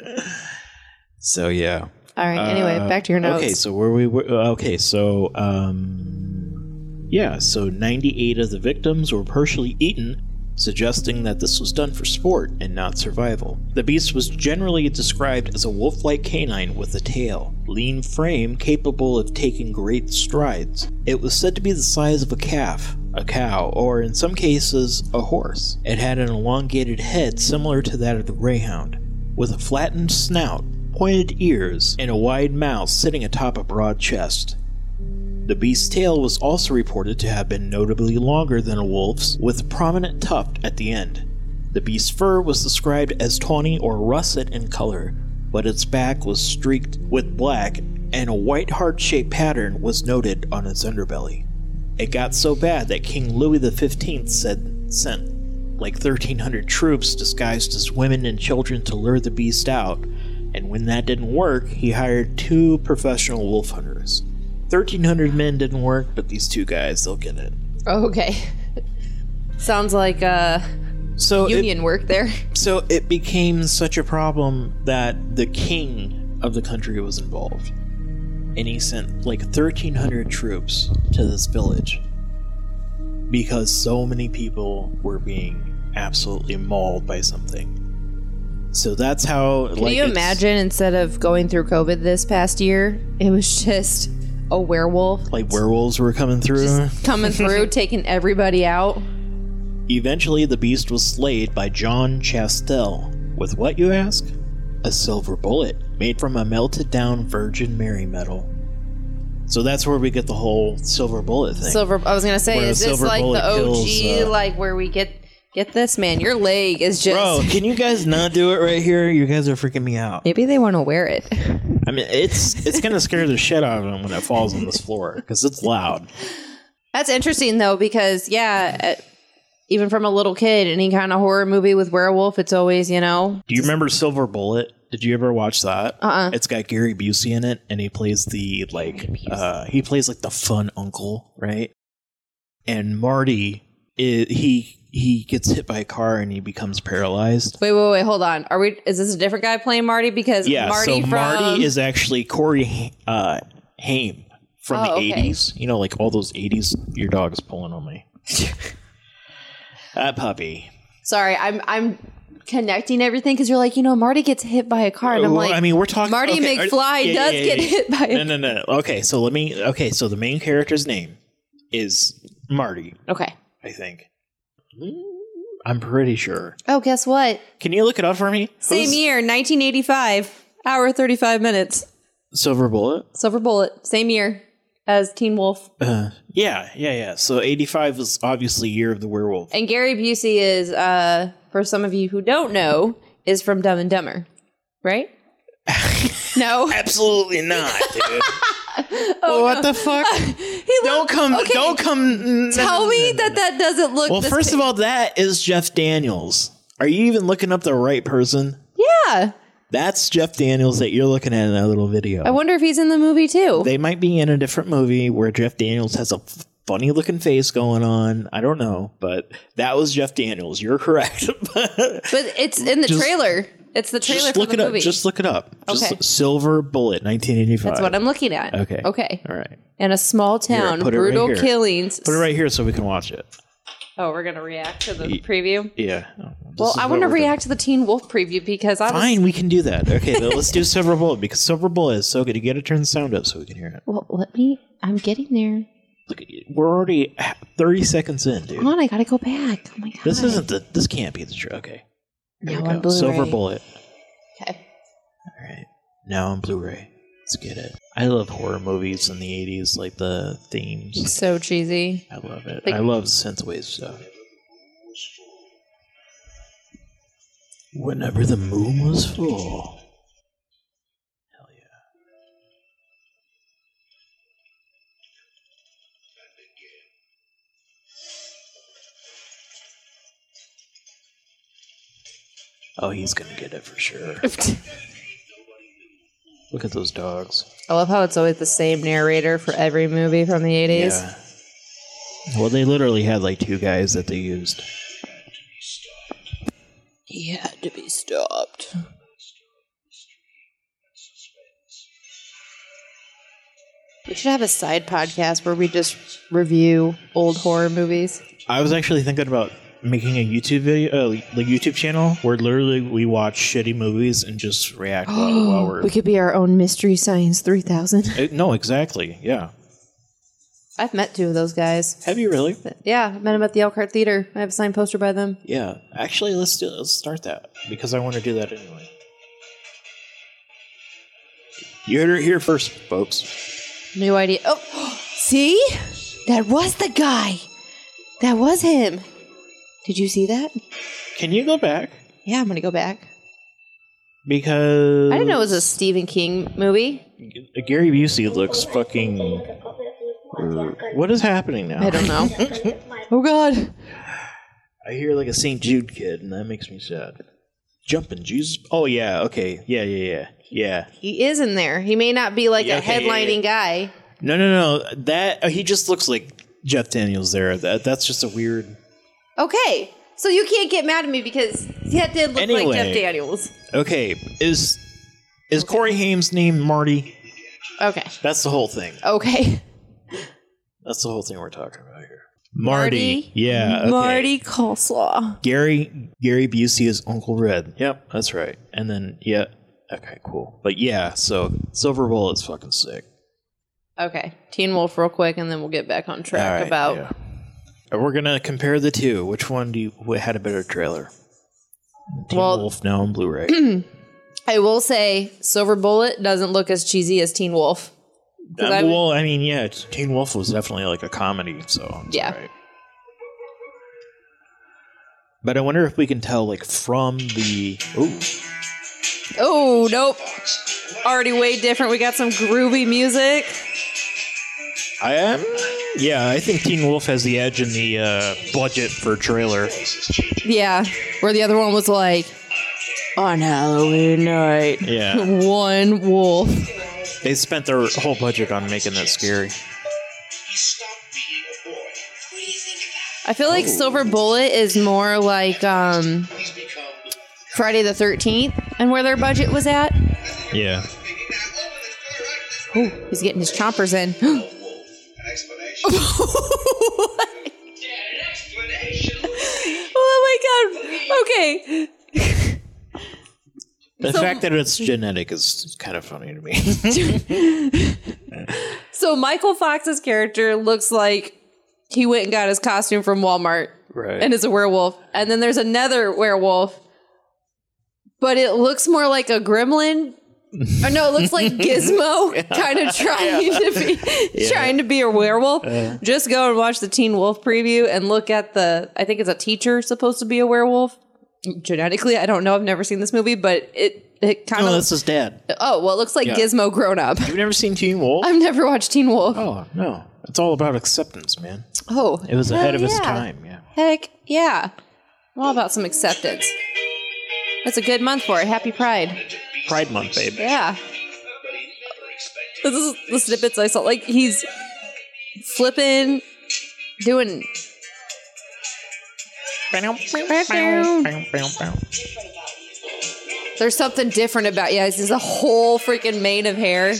Speaker 1: So yeah.
Speaker 2: All right. Anyway,
Speaker 1: Uh,
Speaker 2: back to your notes.
Speaker 1: Okay, so where we were. Okay, so um, yeah, so 98 of the victims were partially eaten, suggesting that this was done for sport and not survival. The beast was generally described as a wolf-like canine with a tail, lean frame capable of taking great strides. It was said to be the size of a calf, a cow, or in some cases, a horse. It had an elongated head similar to that of the greyhound, with a flattened snout, pointed ears, and a wide mouth sitting atop a broad chest. The beast's tail was also reported to have been notably longer than a wolf's, with a prominent tuft at the end. The beast's fur was described as tawny or russet in color, but its back was streaked with black, and a white heart shaped pattern was noted on its underbelly. It got so bad that King Louis XV said, sent like 1,300 troops disguised as women and children to lure the beast out, and when that didn't work, he hired two professional wolf hunters. 1,300 men didn't work, but these two guys, they'll get it.
Speaker 2: Okay. Sounds like uh,
Speaker 1: So it-
Speaker 2: union work there.
Speaker 1: So it became such a problem that the king of the country was involved. And he sent like 1,300 troops to this village because so many people were being absolutely mauled by something. So that's how.
Speaker 2: Can you imagine instead of going through COVID this past year, it was just a werewolf
Speaker 1: Like werewolves were coming through.
Speaker 2: just coming through, taking everybody out?
Speaker 1: Eventually, the beast was slayed by John Chastel. With what, you ask? A silver bullet made from a melted down Virgin Mary medal. So that's where we get the whole silver bullet thing.
Speaker 2: Silver. I was gonna say,
Speaker 1: Where a
Speaker 2: is this
Speaker 1: silver
Speaker 2: like
Speaker 1: bullet
Speaker 2: the OG,
Speaker 1: kills, uh,
Speaker 2: like where we get get this man? Your leg is just.
Speaker 1: Bro, can you guys not do it right here? You guys are freaking me out.
Speaker 2: Maybe they want to wear it.
Speaker 1: I mean, it's it's gonna scare the shit out of him when it falls on this floor because it's loud.
Speaker 2: That's interesting though, because yeah, uh, even from a little kid, any kind of horror movie with werewolf, it's always you know.
Speaker 1: Do you remember Silver Bullet? Did you ever watch that?
Speaker 2: Uh-uh.
Speaker 1: It's got Gary Busey in it, and he plays the like uh, he plays like the fun uncle, right? And Marty, i he he gets hit by a car and he becomes paralyzed.
Speaker 2: Wait, wait, wait, hold on. Are we? Is this a different guy playing Marty? Because
Speaker 1: Yeah,
Speaker 2: Marty
Speaker 1: so
Speaker 2: from
Speaker 1: Marty is actually Corey Ha- uh, Haim from
Speaker 2: Oh,
Speaker 1: the
Speaker 2: okay.
Speaker 1: eighties. You know, like all those eighties. Your dog's pulling on me. that puppy.
Speaker 2: Sorry, I'm I'm connecting everything because you're like, you know, Marty gets hit by a car, and I'm
Speaker 1: Well,
Speaker 2: like,
Speaker 1: I mean, we're talking
Speaker 2: Marty
Speaker 1: okay, are-
Speaker 2: McFly
Speaker 1: yeah, yeah,
Speaker 2: does
Speaker 1: yeah,
Speaker 2: get
Speaker 1: yeah.
Speaker 2: hit by a
Speaker 1: No, no, no. Okay, so let me. Okay, so the main character's name is Marty,
Speaker 2: Okay.
Speaker 1: I think. I'm pretty sure.
Speaker 2: Oh, guess what?
Speaker 1: Can you look it up for me?
Speaker 2: Same
Speaker 1: Who's-
Speaker 2: year, 1985, hour 35 minutes,
Speaker 1: Silver Bullet.
Speaker 2: Silver Bullet. Same year as Teen Wolf,
Speaker 1: Uh, yeah, yeah, yeah. So 85 is obviously Year of the Werewolf.
Speaker 2: and Gary Busey is, uh, for some of you who don't know, is from Dumb and Dumber, right? no.
Speaker 1: Absolutely not, dude.
Speaker 2: Oh, no.
Speaker 1: what the fuck?
Speaker 2: He
Speaker 1: don't
Speaker 2: looked-
Speaker 1: come.
Speaker 2: Okay,
Speaker 1: Don't come.
Speaker 2: Tell me that that doesn't look.
Speaker 1: Well,
Speaker 2: this
Speaker 1: first
Speaker 2: pi-
Speaker 1: of all, that is Jeff Daniels. Are you even looking up the right person?
Speaker 2: yeah.
Speaker 1: That's Jeff Daniels that you're looking at in that little video.
Speaker 2: I wonder if he's in the movie too.
Speaker 1: they might be in a different movie where Jeff Daniels has a f- funny looking face going on. I don't know, but that was Jeff Daniels. You're correct.
Speaker 2: but it's in the
Speaker 1: Just-
Speaker 2: trailer. It's the trailer
Speaker 1: just
Speaker 2: for
Speaker 1: look
Speaker 2: the
Speaker 1: it up.
Speaker 2: movie.
Speaker 1: Just look it up. Just
Speaker 2: Okay.
Speaker 1: Silver Bullet, 1985.
Speaker 2: That's what I'm looking at.
Speaker 1: Okay.
Speaker 2: Okay.
Speaker 1: All right.
Speaker 2: In a small town,
Speaker 1: put it right
Speaker 2: brutal
Speaker 1: here.
Speaker 2: killings.
Speaker 1: Put it right here so we can watch it.
Speaker 2: Oh, we're gonna react to the
Speaker 1: Ye-
Speaker 2: preview.
Speaker 1: Yeah.
Speaker 2: Well, I want to react to the Teen Wolf preview because I was.
Speaker 1: Fine, we can do that. Okay, but let's do Silver Bullet because Silver Bullet is so good. You got to turn the sound up so we can hear it.
Speaker 2: Well, let me. I'm getting there.
Speaker 1: Look, at you. we're already 30 seconds in, dude.
Speaker 2: Come on, I gotta go back. Oh my god.
Speaker 1: This isn't the. This can't be the truth. Okay. Here
Speaker 2: Now
Speaker 1: we
Speaker 2: on
Speaker 1: go. Silver
Speaker 2: Blu-ray.
Speaker 1: Bullet.
Speaker 2: Okay.
Speaker 1: All right. Now on Blu-ray. Let's get it. I love horror movies in the 80s, like the themes.
Speaker 2: So cheesy.
Speaker 1: I love it.
Speaker 2: Like-
Speaker 1: I love synthwave stuff. Whenever the moon was full. Hell yeah. Oh, he's gonna get it for sure.
Speaker 2: I
Speaker 1: Look at those dogs.
Speaker 2: love how it's always the same narrator for every movie from the 80s.
Speaker 1: Yeah. Well, they literally had like two guys that they used.
Speaker 2: He had to be stopped. We should have a side podcast where we just review old horror movies.
Speaker 1: I was actually thinking about making a YouTube video, uh, the YouTube channel where literally we watch shitty movies and just react while, while we're.
Speaker 2: we could be our own Mystery Science 3000.
Speaker 1: Uh, no, exactly. Yeah.
Speaker 2: I've met two of those guys.
Speaker 1: Have you really?
Speaker 2: Yeah, I met them at the Elkhart Theater. I have a signed poster by them.
Speaker 1: Yeah. Actually, let's do, let's start that because I want to do that anyway. You heard it here first, folks.
Speaker 2: New idea. Oh, see? That was the guy. That was him. Did you see that?
Speaker 1: Can you go back?
Speaker 2: Yeah, I'm going to go back.
Speaker 1: Because
Speaker 2: I didn't know it was a Stephen King movie.
Speaker 1: Gary Busey looks fucking. What is happening now?
Speaker 2: I don't know. oh, God.
Speaker 1: I hear like a St. Jude kid, and that makes me sad. Jumping Jesus. Oh yeah. Okay. Yeah. Yeah. Yeah. Yeah.
Speaker 2: He is in there. He may not be like
Speaker 1: Yeah,
Speaker 2: a
Speaker 1: okay, yeah,
Speaker 2: headlining guy.
Speaker 1: No. No. No. That uh, he just looks like Jeff Daniels there. That that's just a weird.
Speaker 2: Okay. So you can't get mad at me because that did look
Speaker 1: Anyway.
Speaker 2: like Jeff Daniels.
Speaker 1: Okay. Is is Corey Haim's name Marty?
Speaker 2: Okay.
Speaker 1: That's the whole thing.
Speaker 2: Okay.
Speaker 1: That's the whole thing we're talking about here.
Speaker 2: Marty.
Speaker 1: Yeah. okay.
Speaker 2: Marty Coleslaw.
Speaker 1: Gary Gary Busey is Uncle Red. Yep, that's right. And then yeah, okay, cool. But yeah, so Silver Bullet's fucking sick.
Speaker 2: Okay. Teen Wolf, real quick, and then we'll get back on track
Speaker 1: All right,
Speaker 2: about.
Speaker 1: yeah. And We're gonna compare the two. Which one do you what had a better trailer? Teen
Speaker 2: Well-
Speaker 1: Wolf now on Blu-ray. Um,
Speaker 2: I will say, Silver Bullet doesn't look as cheesy as Teen Wolf. 'Cause
Speaker 1: Uh,
Speaker 2: I'm-
Speaker 1: well, I mean, yeah, Teen Wolf was definitely like a comedy, so it's
Speaker 2: Yeah.
Speaker 1: all right. But I wonder if we can tell, like, from the ooh,
Speaker 2: Oh, nope. Already way different. We got some groovy music.
Speaker 1: I am. Yeah, I think Teen Wolf has the edge in the uh, budget for trailer.
Speaker 2: Yeah. Where the other one was like, on Halloween night,
Speaker 1: Yeah,
Speaker 2: one wolf.
Speaker 1: they spent their whole budget on making that scary.
Speaker 2: I feel like Silver Bullet is more like um, Friday the 13th and where their budget was at.
Speaker 1: Yeah,
Speaker 2: Ooh, he's getting his chompers in. oh Oh my god. Okay.
Speaker 1: the
Speaker 2: So-
Speaker 1: fact that it's genetic is kind of funny to me.
Speaker 2: So Michael Fox's character looks like he went and got his costume from Walmart
Speaker 1: right.
Speaker 2: and is a werewolf. And then there's another werewolf, but it looks more like a gremlin. or no, it looks like Gizmo kind of trying to be trying to be a werewolf. Just go and watch the Teen Wolf preview and look at the I think it's a teacher supposed to be a werewolf. Genetically, I don't know. I've never seen this movie, but it it kind
Speaker 1: oh,
Speaker 2: of
Speaker 1: that's his dad.
Speaker 2: Oh, well, it looks like
Speaker 1: Yeah.
Speaker 2: Gizmo grown up.
Speaker 1: You've never seen Teen Wolf?
Speaker 2: I've never watched Teen Wolf.
Speaker 1: oh no, it's all about acceptance, man.
Speaker 2: Oh.
Speaker 1: It was ahead
Speaker 2: Hell
Speaker 1: of its
Speaker 2: yeah.
Speaker 1: time. Yeah.
Speaker 2: Heck yeah. I'm all about some acceptance. It's a good month for it. Happy Pride.
Speaker 1: Pride Month, babe.
Speaker 2: Yeah. This is the snippets I saw. Like, he's flipping, doing. There's something different about yeah. It's just a whole freaking mane of hair.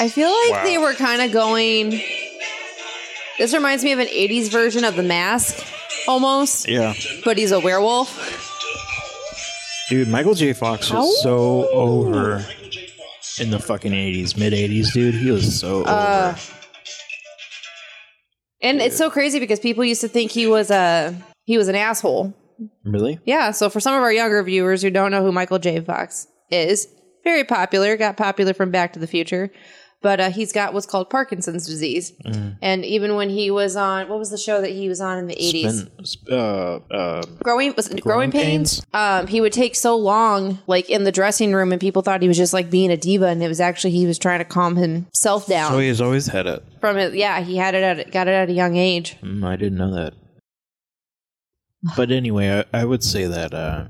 Speaker 2: I feel like they were kind of going. This reminds me of an '80s version of The Mask, almost.
Speaker 1: Yeah.
Speaker 2: But he's a werewolf.
Speaker 1: Dude, Michael J. Fox was so over in the fucking 80s, mid 80s, dude. He was so over.
Speaker 2: And it's so crazy because people used to think he was a he was an asshole.
Speaker 1: Really?
Speaker 2: Yeah, so for some of our younger viewers who don't know who Michael J. Fox is, very popular, got popular from Back to the Future, but uh, he's got what's called Parkinson's disease. And even when he was on what was the show that he was on in the 80s?
Speaker 1: Been- uh, uh,
Speaker 2: growing was it growing,
Speaker 1: Growing
Speaker 2: pains? Um, he would take so long, like in the dressing room, and people thought he was just like being a diva, and it was actually he was trying to calm himself down
Speaker 1: oh, he's always had it.
Speaker 2: from it. Yeah, he had it at got it at a young age.
Speaker 1: Mm, I didn't know that. But anyway, I, I would say that uh,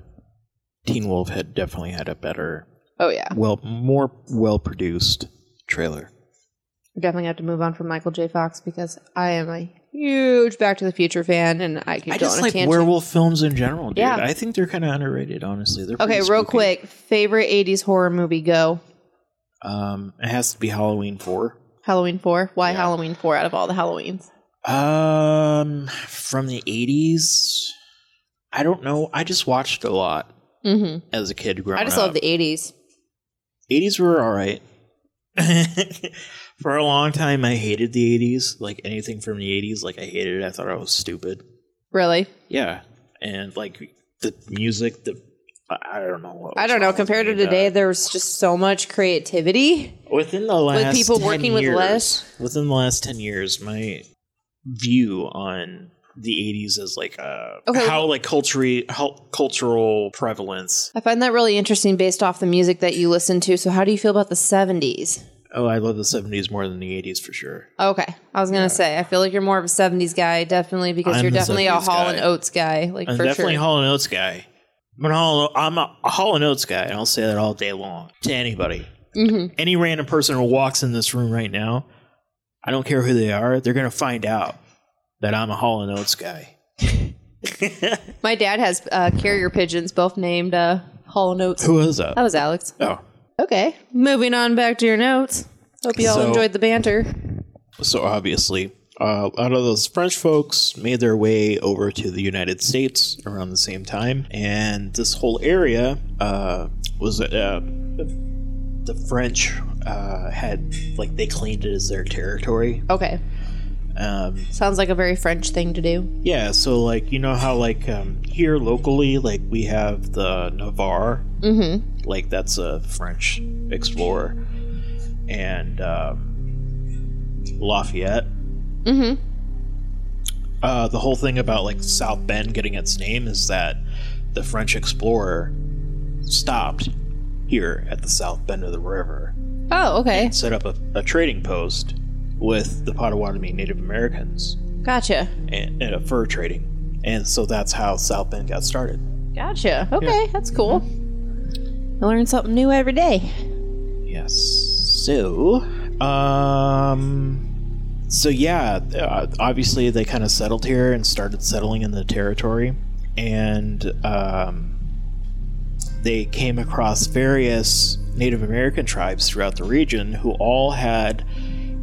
Speaker 1: Teen Wolf had definitely had a better,
Speaker 2: Oh yeah,
Speaker 1: well, more well produced trailer.
Speaker 2: definitely have to move on from Michael J. Fox because I am a huge Back to the Future fan, and I could
Speaker 1: I
Speaker 2: go
Speaker 1: just
Speaker 2: on a
Speaker 1: like
Speaker 2: tangent.
Speaker 1: werewolf films in general, dude.
Speaker 2: Yeah.
Speaker 1: I think they're kind of underrated, honestly. They're
Speaker 2: okay,
Speaker 1: pretty
Speaker 2: real
Speaker 1: spooky.
Speaker 2: quick, favorite '80s horror movie? Go
Speaker 1: Um, it has to be Halloween 4.
Speaker 2: Halloween Four. Why
Speaker 1: Yeah.
Speaker 2: Halloween Four out of all the Halloweens?
Speaker 1: Um, from the eighties. I don't know. I just watched a lot
Speaker 2: Mm-hmm.
Speaker 1: as a kid growing up.
Speaker 2: I just love the '80s.
Speaker 1: eighties were all right. For a long time, I hated the eighties. Like anything from the eighties, like I hated it. I thought I was stupid.
Speaker 2: Really,
Speaker 1: Yeah, and like the music, the I I don't know. What
Speaker 2: I
Speaker 1: was
Speaker 2: don't know.
Speaker 1: wrong with
Speaker 2: Compared to
Speaker 1: me, but
Speaker 2: today, there's just so much creativity.
Speaker 1: within the last
Speaker 2: people
Speaker 1: 10
Speaker 2: working with
Speaker 1: years-
Speaker 2: less?
Speaker 1: within the last ten years, my view on the eighties is like uh,
Speaker 2: Okay.
Speaker 1: how like culturally how cultural prevalence.
Speaker 2: I find that really interesting based off the music that you listen to. So, how do you feel about the 70s?
Speaker 1: Oh, I love the seventies more than the eighties for sure.
Speaker 2: Okay. I was going to say, I feel like you're more of a 70s guy, definitely, because
Speaker 1: I'm
Speaker 2: you're
Speaker 1: a
Speaker 2: definitely a
Speaker 1: 70s
Speaker 2: Hall
Speaker 1: guy.
Speaker 2: and Oates guy. Like,
Speaker 1: I'm
Speaker 2: for
Speaker 1: definitely
Speaker 2: sure.
Speaker 1: Hall and Oates guy. I'm, an Hall, I'm a Hall and Oates guy, and I'll say that all day long to anybody.
Speaker 2: Mhm.
Speaker 1: Any random person who walks in this room right now, I don't care who they are, they're gonna find out that I'm a Hall and Oates guy.
Speaker 2: My dad has uh, carrier pigeons, both named uh, Hall and Oates.
Speaker 1: who is that?
Speaker 2: That was Alex.
Speaker 1: Oh,
Speaker 2: Okay. Moving on back to your notes. Hope you all
Speaker 1: So-
Speaker 2: enjoyed the banter.
Speaker 1: so obviously, uh, a lot of those French folks made their way over to the United States around the same time, and this whole area uh, was uh, the French uh, had like they claimed it as their territory.
Speaker 2: Okay.
Speaker 1: Um,
Speaker 2: Sounds like a very French thing to do.
Speaker 1: yeah, so like you know how like um, here locally, like we have the Navarre,
Speaker 2: Mm hmm.
Speaker 1: like that's a French explorer, and um, Lafayette.
Speaker 2: Mm hmm.
Speaker 1: uh, the whole thing about like South Bend getting its name is that the French explorer stopped here at the south bend of the river
Speaker 2: Oh, okay.
Speaker 1: and set up a, a trading post with the Potawatomi Native Americans
Speaker 2: Gotcha.
Speaker 1: and, and a fur trading, and so that's how South Bend got started.
Speaker 2: Gotcha. Okay. That's cool. I learn something new every day.
Speaker 1: Yes. So, um, so yeah, uh, obviously they kind of settled here and started settling in the territory, and um, they came across various Native American tribes throughout the region who all had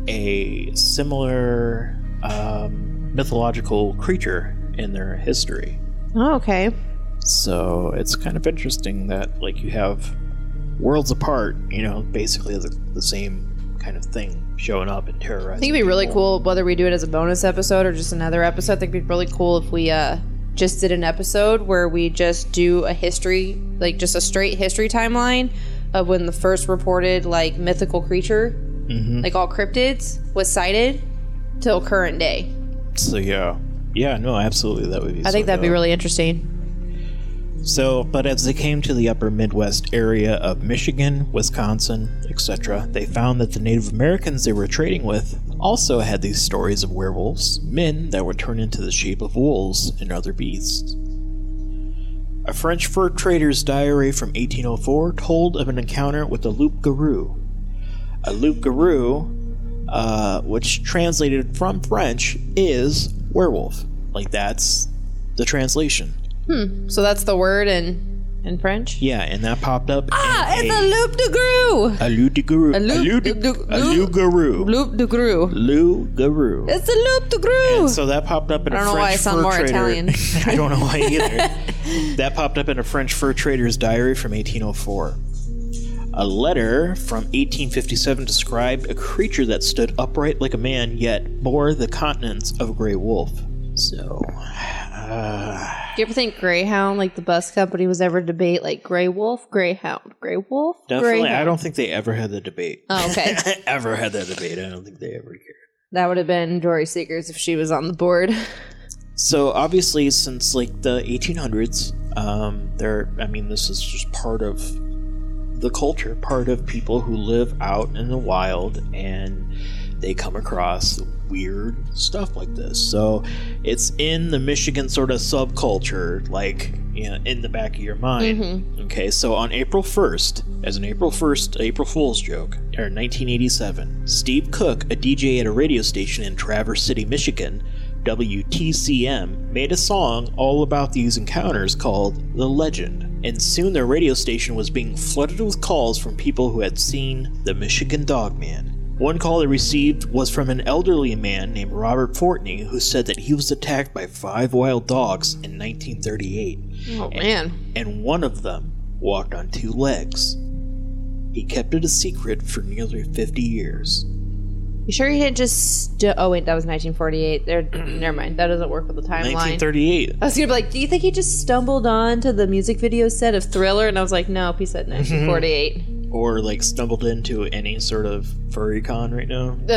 Speaker 1: a similar um, mythological creature in their history.
Speaker 2: Oh, okay.
Speaker 1: So it's kind of interesting that like you have worlds apart, you know, basically the, the same kind of thing showing up and terrorizing.
Speaker 2: I think it'd be really
Speaker 1: people.
Speaker 2: cool whether we do it as a bonus episode or just another episode. I think it'd be really cool if we uh, just did an episode where we just do a history, like just a straight history timeline of when the first reported like mythical creature,
Speaker 1: Mhm.
Speaker 2: like all cryptids, was sighted till current day.
Speaker 1: So yeah, yeah, no, absolutely, that would be.
Speaker 2: I think
Speaker 1: so
Speaker 2: that'd be
Speaker 1: dope.
Speaker 2: really interesting.
Speaker 1: So, but as they came to the upper Midwest area of Michigan, Wisconsin, etc., they found that the Native Americans they were trading with also had these stories of werewolves, men that were turned into the shape of wolves and other beasts. A French fur trader's diary from 1804 told of an encounter with a loup garou. A loup garou, uh, which translated from French is werewolf. Like, that's the translation.
Speaker 2: So that's the word in in French.
Speaker 1: Yeah, and that popped up.
Speaker 2: Ah,
Speaker 1: in
Speaker 2: it's a loop de grou.
Speaker 1: a Lou de Guru. A
Speaker 2: loop-
Speaker 1: Lou de
Speaker 2: loop-
Speaker 1: a Lou Guru.
Speaker 2: Loop de grou.
Speaker 1: Lou Guru.
Speaker 2: It's a loop de grou.
Speaker 1: So that popped up in
Speaker 2: I
Speaker 1: a
Speaker 2: don't know why I
Speaker 1: French
Speaker 2: sound
Speaker 1: fur
Speaker 2: more
Speaker 1: trader.
Speaker 2: Italian.
Speaker 1: I don't know why either. that popped up in a French fur trader's diary from 1804. A letter from 1857 described a creature that stood upright like a man, yet bore the countenance of a gray wolf. So, uh,
Speaker 2: Do you ever think Greyhound, like the bus company, was ever debate like Grey Wolf, Greyhound, Grey Wolf,
Speaker 1: definitely,
Speaker 2: Greyhound?
Speaker 1: I don't think they ever had the debate.
Speaker 2: Oh, okay.
Speaker 1: ever had that debate. I don't think they ever cared.
Speaker 2: that would have been Dory Seekers if she was on the board.
Speaker 1: So obviously, since like the 1800s, um, there. I mean, this is just part of the culture, part of people who live out in the wild, and they come across weird stuff like this. So it's in the Michigan sort of subculture, like you know, in the back of your mind.
Speaker 2: Mhm.
Speaker 1: Okay, so on April 1st, as an April 1st April Fool's joke, or 1987, Steve Cook, a DJ at a radio station in Traverse City, Michigan, WTCM, made a song all about these encounters called The Legend. And soon their radio station was being flooded with calls from people who had seen the Michigan Dogman. One call they received was from an elderly man named Robert Fortney who said that he was attacked by five wild dogs in 1938
Speaker 2: Oh man.
Speaker 1: and one of them walked on two legs. He kept it a secret for nearly 50 years.
Speaker 2: You sure he didn't just do- Oh wait, that was 1948. There never mind. That doesn't work with the timeline.
Speaker 1: 1938.
Speaker 2: I was gonna be like, do you think he just stumbled onto the music video set of Thriller? And I was like, nope, he
Speaker 1: Mm-hmm.
Speaker 2: said 1948.
Speaker 1: Or, like, stumbled into any sort of furry con right now.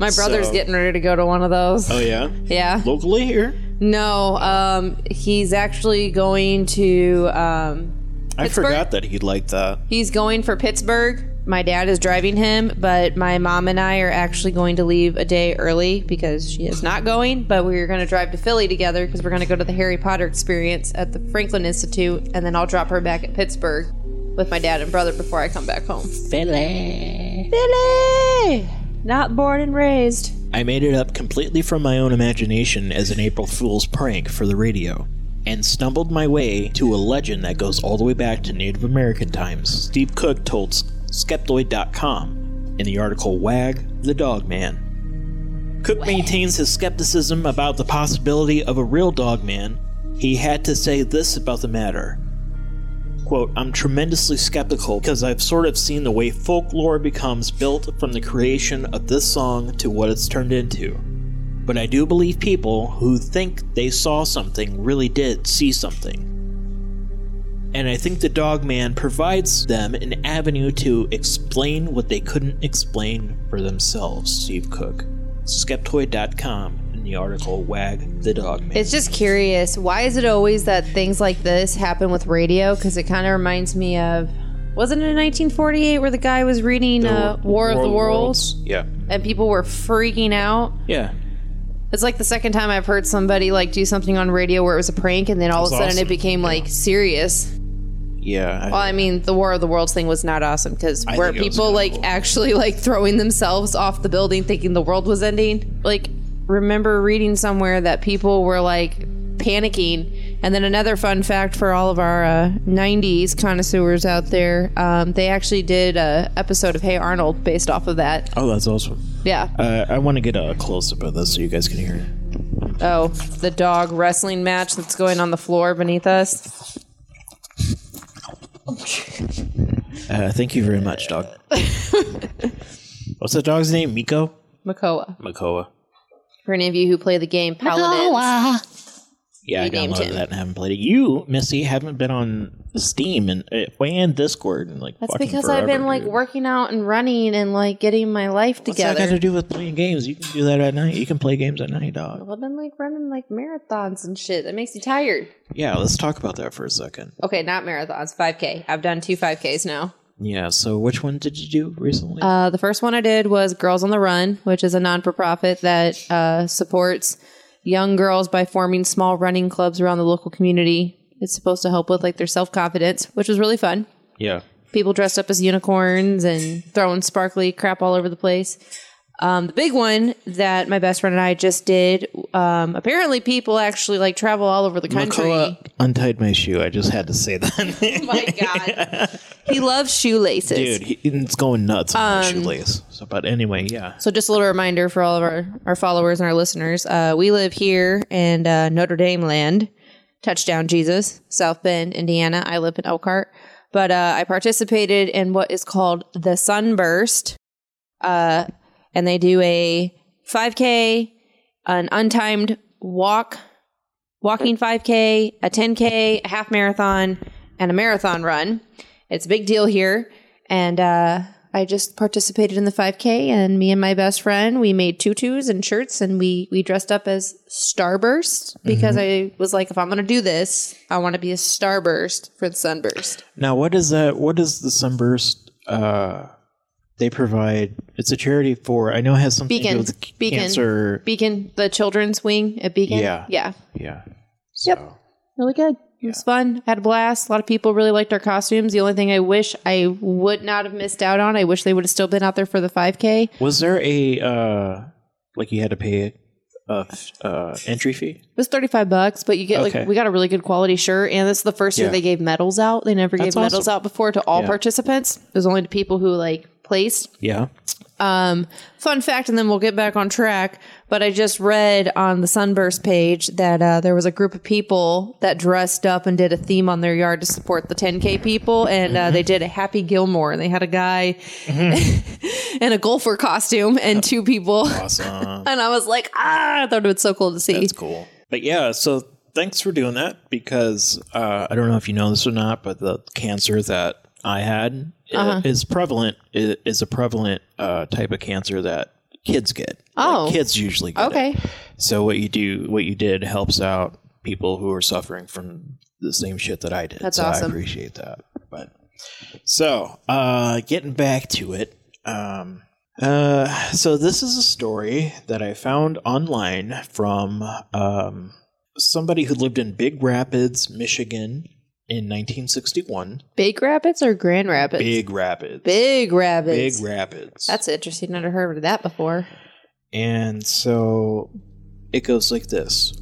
Speaker 2: My brother's
Speaker 1: So-
Speaker 2: getting ready to go to one of those.
Speaker 1: oh, yeah?
Speaker 2: yeah.
Speaker 1: Locally here?
Speaker 2: No, um, he's actually going to um,
Speaker 1: I
Speaker 2: Pittsburgh?
Speaker 1: forgot that he liked that.
Speaker 2: he's going for Pittsburgh. My dad is driving him, but my mom and I are actually going to leave a day early because she is not going. But we're going to drive to Philly together because we're going to go to the Harry Potter experience at the Franklin Institute, and then I'll drop her back at Pittsburgh with my dad and brother before I come back home.
Speaker 1: Philly.
Speaker 2: Philly, not born and raised.
Speaker 1: I made it up completely from my own imagination as an April Fool's prank for the radio, and stumbled my way to a legend that goes all the way back to Native American times. Steve Cook told Skeptoid.com in the article Wag the Dog Man. Cook maintains his skepticism about the possibility of a real dog man. He had to say this about the matter quote i'm tremendously skeptical because i've sort of seen the way folklore becomes built from the creation of this song to what it's turned into but i do believe people who think they saw something really did see something and i think the dog man provides them an avenue to explain what they couldn't explain for themselves steve cook skeptoid.com in the article wag the dog man
Speaker 2: It's just curious. Why is it always that things like this happen with radio? Because it kind of reminds me of. Wasn't it in 1948 where the guy was reading uh, War of the Worlds
Speaker 1: yeah
Speaker 2: and people were freaking out?
Speaker 1: yeah
Speaker 2: It's like the second time I've heard somebody like do something on radio where it was a prank and then all of a
Speaker 1: That's
Speaker 2: sudden
Speaker 1: awesome.
Speaker 2: it became like serious.
Speaker 1: yeah I-
Speaker 2: Well, I mean, the War of the Worlds thing was not awesome because
Speaker 1: I
Speaker 2: were
Speaker 1: think it was
Speaker 2: people
Speaker 1: kinda
Speaker 2: like
Speaker 1: cool.
Speaker 2: actually like throwing themselves off the building thinking the world was ending? Like, remember reading somewhere that people were like panicking. And then another fun fact for all of our uh, 90s connoisseurs out there, um, they actually did a episode of Hey Arnold based off of that.
Speaker 1: oh that's awesome
Speaker 2: Yeah.
Speaker 1: Uh, I want to get a close up of this so you guys can hear it.
Speaker 2: Oh, the dog wrestling match that's going on the floor beneath us.
Speaker 1: Uh, thank you very much, dog. What's the dog's name? Miko?
Speaker 2: Makoa.
Speaker 1: Makoa.
Speaker 2: For any of you who play the game Paladins.
Speaker 1: Yeah, I
Speaker 2: named
Speaker 1: downloaded
Speaker 2: him.
Speaker 1: that and haven't played it. You, Missy, haven't been on Steam and uh, and Discord and like.
Speaker 2: That's
Speaker 1: fucking
Speaker 2: because
Speaker 1: forever,
Speaker 2: I've been like
Speaker 1: dude.
Speaker 2: working out and running and like getting my life
Speaker 1: What's that got
Speaker 2: together.
Speaker 1: to do with playing games? You can do that at night. You can play games at night, dog.
Speaker 2: Well, I've been like running like marathons and shit. That makes you tired.
Speaker 1: Yeah, let's talk about that for a second.
Speaker 2: Okay, not marathons, 5K. I've done two 5Ks now.
Speaker 1: Yeah. So, which one did you do recently?
Speaker 2: Uh, the first one I did was Girls on the Run, which is a non for profit that uh, supports young girls by forming small running clubs around the local community. It's supposed to help with like their self confidence, which was really fun.
Speaker 1: yeah.
Speaker 2: people dressed up as unicorns and throwing sparkly crap all over the place. Um, the big one that my best friend and I just did. Um, apparently, people actually like travel all over the country.
Speaker 1: Makoa untied my shoe. I just had to say that.
Speaker 2: Oh my god, he loves shoelaces.
Speaker 1: Dude, he, it's going nuts on
Speaker 2: Um,
Speaker 1: my shoelace. So, but anyway, yeah.
Speaker 2: So, just a little reminder for all of our, our followers and our listeners uh, we live here in uh, Notre Dame land, touchdown Jesus, South Bend, Indiana. I live in Elkhart. But uh, I participated in what is called the Sunburst. Uh, and they do a 5K, an untimed walk, walking 5K, a 10K, a half marathon, and a marathon run. It's a big deal here. And uh, I just participated in the 5K, and me and my best friend, we made tutus and shirts, and we, we dressed up as Starburst because I was like, if I'm going to do this, I want to be a Starburst for the Sunburst.
Speaker 1: Now, what is that? What is the Sunburst? Uh, they provide. It's a charity for. I know it has something to
Speaker 2: Beacon.
Speaker 1: do with
Speaker 2: Beacon.
Speaker 1: cancer.
Speaker 2: Beacon, the children's wing at Beacon.
Speaker 1: Yeah.
Speaker 2: Yeah.
Speaker 1: Yeah.
Speaker 2: Yep. Really good. It was fun. had a blast. A lot of people really liked our costumes. The only thing I wish I would not have missed out on, I wish they would have still been out there for the 5K.
Speaker 1: So, was there a uh, like you had to pay a f- uh, entry fee?
Speaker 2: It was 35 bucks, but you get
Speaker 1: Okay.
Speaker 2: like, we got a really good quality shirt. And this is the first
Speaker 1: Yeah.
Speaker 2: year they gave medals out. They never
Speaker 1: That's
Speaker 2: gave medals
Speaker 1: awesome.
Speaker 2: out before to all
Speaker 1: Yeah.
Speaker 2: participants. It was only to people who like placed.
Speaker 1: Yeah.
Speaker 2: Um, fun fact, and then we'll get back on track. But I just read on the Sunburst page that uh, there was a group of people that dressed up and did a theme on their yard to support the 10K people, and
Speaker 1: Mm-hmm.
Speaker 2: uh, they did a Happy Gilmore, and they had a guy in a golfer costume and two people,
Speaker 1: Mm-hmm. Awesome.
Speaker 2: and I was like, ah, I thought it was so cool to see.
Speaker 1: That's cool. But yeah, so thanks for doing that because uh, I don't know if you know this or not, but the cancer that I had i-
Speaker 2: Uh-huh.
Speaker 1: is prevalent i- is a prevalent uh, type of cancer that kids get.
Speaker 2: Oh.
Speaker 1: Like, kids usually get. it.
Speaker 2: Okay.
Speaker 1: So what you do, what you did, helps out people who are suffering from the same shit that I did.
Speaker 2: That's
Speaker 1: so I
Speaker 2: awesome.
Speaker 1: appreciate that. But so, uh, getting back to it. Um, uh, so this is a story that I found online from um, somebody who lived in Big Rapids, Michigan, in 1961.
Speaker 2: Big Rapids or Grand Rapids?
Speaker 1: Big Rapids.
Speaker 2: Big Rapids.
Speaker 1: Big Rapids.
Speaker 2: That's interesting. Never heard of that before.
Speaker 1: And so it goes like this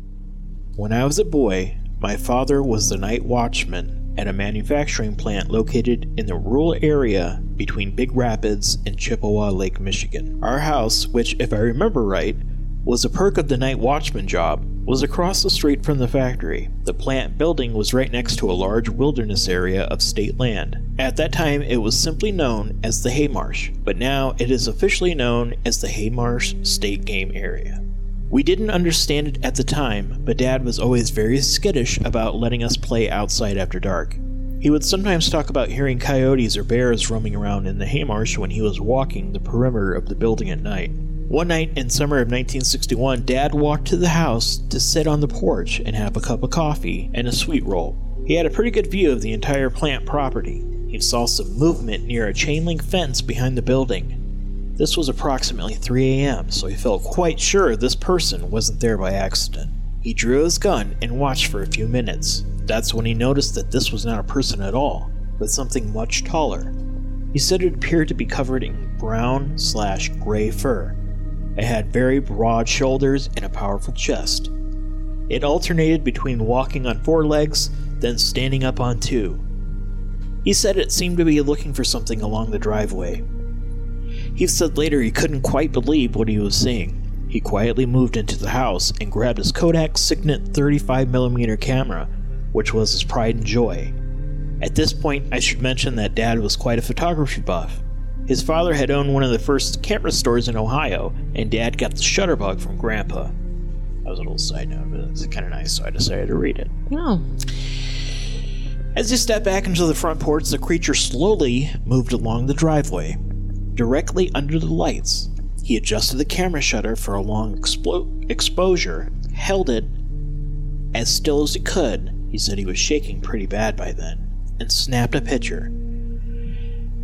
Speaker 1: When I was a boy, my father was the night watchman at a manufacturing plant located in the rural area between Big Rapids and Chippewa Lake, Michigan. Our house, which, if I remember right, was a perk of the night watchman job, was across the street from the factory. The plant building was right next to a large wilderness area of state land. At that time, it was simply known as the Haymarsh, but now it is officially known as the Haymarsh State Game Area. We didn't understand it at the time, but Dad was always very skittish about letting us play outside after dark. He would sometimes talk about hearing coyotes or bears roaming around in the haymarsh when he was walking the perimeter of the building at night. One night in summer of 1961, Dad walked to the house to sit on the porch and have a cup of coffee and a sweet roll. He had a pretty good view of the entire plant property. He saw some movement near a chain link fence behind the building. This was approximately 3 a.m., so he felt quite sure this person wasn't there by accident. He drew his gun and watched for a few minutes. That's when he noticed that this was not a person at all, but something much taller. He said it appeared to be covered in brown slash gray fur. It had very broad shoulders and a powerful chest. It alternated between walking on four legs, then standing up on two. He said it seemed to be looking for something along the driveway, he said later he couldn't quite believe what he was seeing. He quietly moved into the house and grabbed his Kodak Signet 35mm camera, which was his pride and joy. At this point, I should mention that Dad was quite a photography buff. His father had owned one of the first camera stores in Ohio, and Dad got the shutterbug from Grandpa. That was a little side note, but it's kind of nice, so I decided to read it.
Speaker 2: Oh,
Speaker 1: As he stepped back into the front porch, the creature slowly moved along the driveway, directly under the lights. He adjusted the camera shutter for a long explo- exposure, held it as still as he could. He said he was shaking pretty bad by then, and snapped a picture.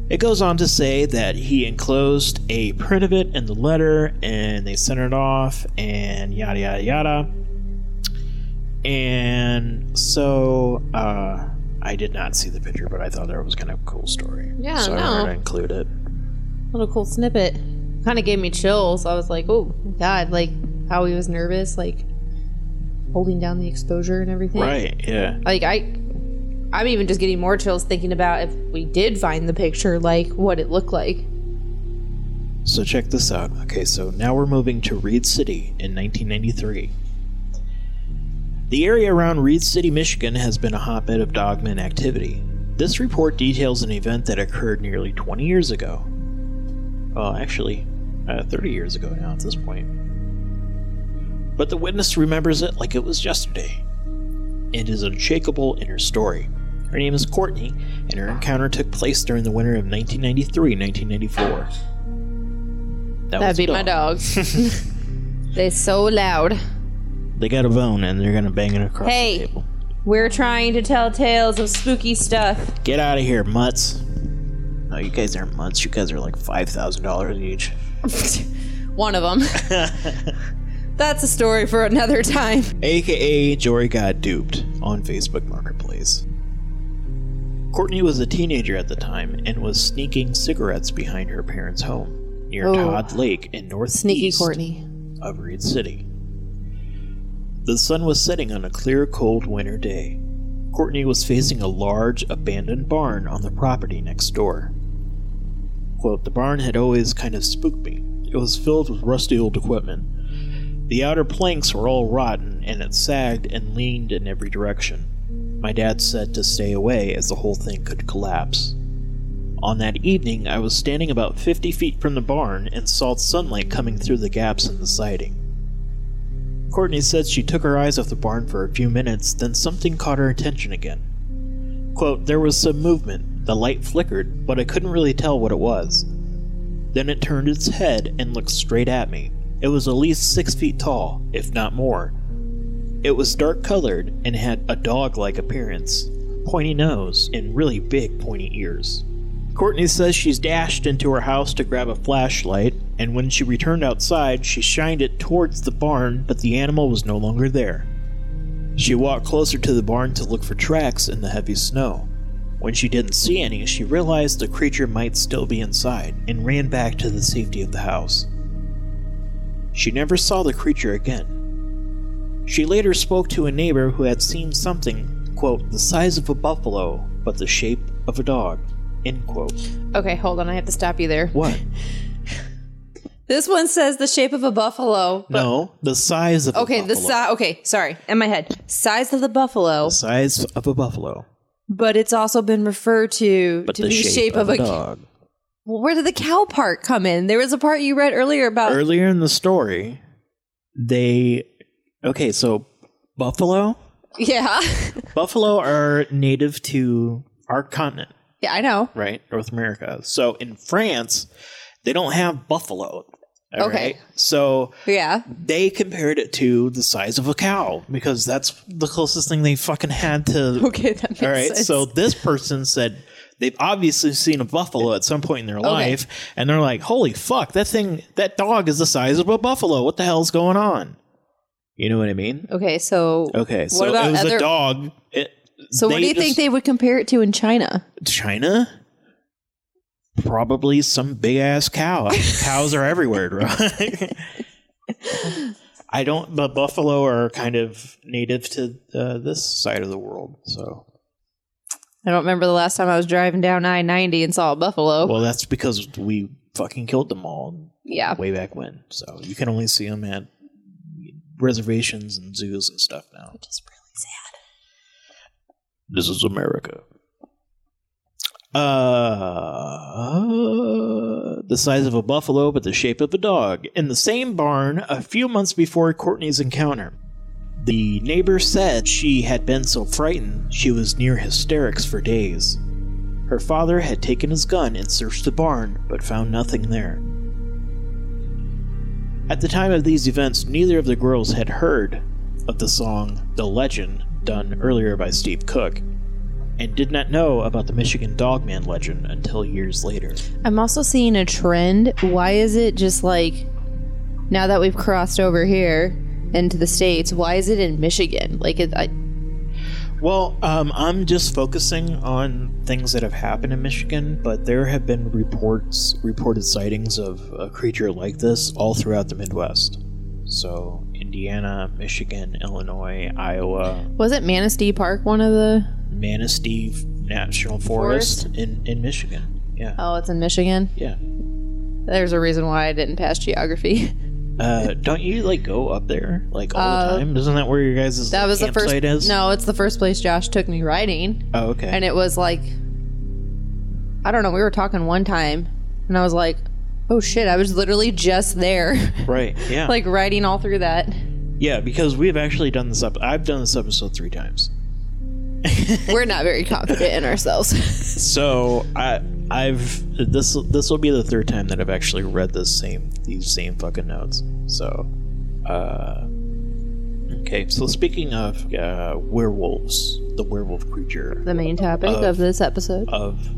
Speaker 1: It goes on to say that he enclosed a print of it in the letter, and they sent it off, and yada yada yada. And so uh, I did not see the picture, but I thought that was kind of a cool story.
Speaker 2: Yeah,
Speaker 1: so
Speaker 2: no.
Speaker 1: I wanted to include it.
Speaker 2: little cool snippet. Kind of gave me chills. I was like, oh god, like how he was nervous, like holding down the exposure and everything.
Speaker 1: Right? Yeah.
Speaker 2: Like I, I'm even just getting more chills thinking about if we did find the picture, like what it looked like.
Speaker 1: So check this out. Okay, so now we're moving to Reed City in 1993. The area around Reed City, Michigan has been a hotbed of dogman activity. This report details an event that occurred nearly 20 years ago. Well, actually, uh, 30 years ago now at this point. But the witness remembers it like it was yesterday and is unshakable in her story. Her name is Courtney, and her encounter took place during the winter of 1993 1994. That
Speaker 2: That'd
Speaker 1: was
Speaker 2: be my
Speaker 1: dog.
Speaker 2: dogs. they so loud.
Speaker 1: They got a bone and they're gonna bang it across
Speaker 2: Hey.
Speaker 1: the table.
Speaker 2: We're trying to tell tales of spooky stuff.
Speaker 1: Get out of here, mutts. No, you guys aren't mutts. You guys are like $5,000 each.
Speaker 2: One of them. That's a story for another time.
Speaker 1: AKA Jory got duped on Facebook Marketplace. Courtney was a teenager at the time and was sneaking cigarettes behind her parents' home near
Speaker 2: Oh.
Speaker 1: Todd Lake in northeast
Speaker 2: Sneaky Courtney.
Speaker 1: of Reed City. The sun was setting on a clear, cold winter day. Courtney was facing a large, abandoned barn on the property next door. Quote, the barn had always kind of spooked me. It was filled with rusty old equipment. The outer planks were all rotten, and it sagged and leaned in every direction. My dad said to stay away as the whole thing could collapse. On that evening, I was standing about 50 feet from the barn and saw sunlight coming through the gaps in the siding. Courtney said she took her eyes off the barn for a few minutes, then something caught her attention again. Quote, there was some movement. The light flickered, but I couldn't really tell what it was. Then it turned its head and looked straight at me. It was at least six feet tall, if not more. It was dark colored and had a dog like appearance, pointy nose, and really big pointy ears. Courtney says she's dashed into her house to grab a flashlight, and when she returned outside, she shined it towards the barn, but the animal was no longer there. She walked closer to the barn to look for tracks in the heavy snow. When she didn't see any, she realized the creature might still be inside and ran back to the safety of the house. She never saw the creature again. She later spoke to a neighbor who had seen something, quote, the size of a buffalo, but the shape of a dog, end quote.
Speaker 2: Okay, hold on. I have to stop you there.
Speaker 1: What?
Speaker 2: This one says the shape of a buffalo. But
Speaker 1: No, the size of
Speaker 2: okay,
Speaker 1: a
Speaker 2: the
Speaker 1: buffalo.
Speaker 2: size. Okay, sorry, in my head, size of the buffalo,
Speaker 1: The size of a buffalo,
Speaker 2: but it's also been referred to
Speaker 1: but
Speaker 2: to
Speaker 1: the
Speaker 2: be
Speaker 1: shape, of, a dog.
Speaker 2: Well, where did the cow part come in? There was a part you read earlier about.
Speaker 1: Earlier in the story, they okay, so buffalo,
Speaker 2: Yeah,
Speaker 1: buffalo are native to our continent,
Speaker 2: yeah, I know.
Speaker 1: right? North America. So in France, they don't have buffalo. all
Speaker 2: Okay.
Speaker 1: right? So
Speaker 2: Yeah,
Speaker 1: they compared it to the size of a cow because that's the closest thing they fucking had to
Speaker 2: okay, that makes
Speaker 1: All right.
Speaker 2: sense.
Speaker 1: So this person said they've obviously seen a buffalo at some point in their life, and they're like, "Holy fuck! That thing, that dog is the size of a buffalo. What the hell's going on?" You know what I mean?
Speaker 2: okay, so
Speaker 1: Okay. So
Speaker 2: about
Speaker 1: it was
Speaker 2: other-
Speaker 1: a dog. It,
Speaker 2: so what do you think they would compare it to in China?
Speaker 1: they China? Probably some big ass cow. Cows are everywhere, right? I don't, but buffalo are kind of native to uh, this side of the world. So
Speaker 2: I don't remember the last time I was driving down I ninety and saw a buffalo.
Speaker 1: Well, that's because we fucking killed them all
Speaker 2: yeah,
Speaker 1: way back when. So you can only see them at reservations and zoos and stuff now. Which is really sad. This is America. Uh, the size of a buffalo, but the shape of a dog. In the same barn, a few months before Courtney's encounter, the neighbor said she had been so frightened she was near hysterics for days. Her father had taken his gun and searched the barn, but found nothing there. At the time of these events, neither of the girls had heard of the song The Legend done earlier by Steve Cook, and did not know about the Michigan Dogman legend until years later.
Speaker 2: I'm also seeing a trend. Why is it just like now that we've crossed over here into the states? Why is it in Michigan? Like, it, I,
Speaker 1: Well, um, I'm just focusing on things that have happened in Michigan, but there have been reports, reported sightings of a creature like this all throughout the Midwest. So, Indiana, Michigan, Illinois, Iowa,
Speaker 2: wasn't Manistee Park one of the?
Speaker 1: Manistee National Forest, in, in Michigan. Yeah.
Speaker 2: Oh, it's in Michigan.
Speaker 1: Yeah.
Speaker 2: There's a reason why I didn't pass geography.
Speaker 1: Uh, don't you like go up there like all
Speaker 2: Uh,
Speaker 1: the time? Isn't that where your guys'
Speaker 2: That was the first.
Speaker 1: campsite is?
Speaker 2: No, it's the first place Josh took me riding,
Speaker 1: Oh, okay.
Speaker 2: and it was like, I don't know. We were talking one time, and I was like, "Oh shit!" I was literally just there,
Speaker 1: right. Yeah.
Speaker 2: like riding all through that.
Speaker 1: yeah, because we've actually done this up. I've done this episode three times.
Speaker 2: We're not very confident in ourselves.
Speaker 1: So I I've this this will be the third time that I've actually read this same these same fucking notes. So uh okay, so speaking of uh werewolves, the werewolf creature
Speaker 2: the main topic
Speaker 1: Of-
Speaker 2: of this episode.
Speaker 1: of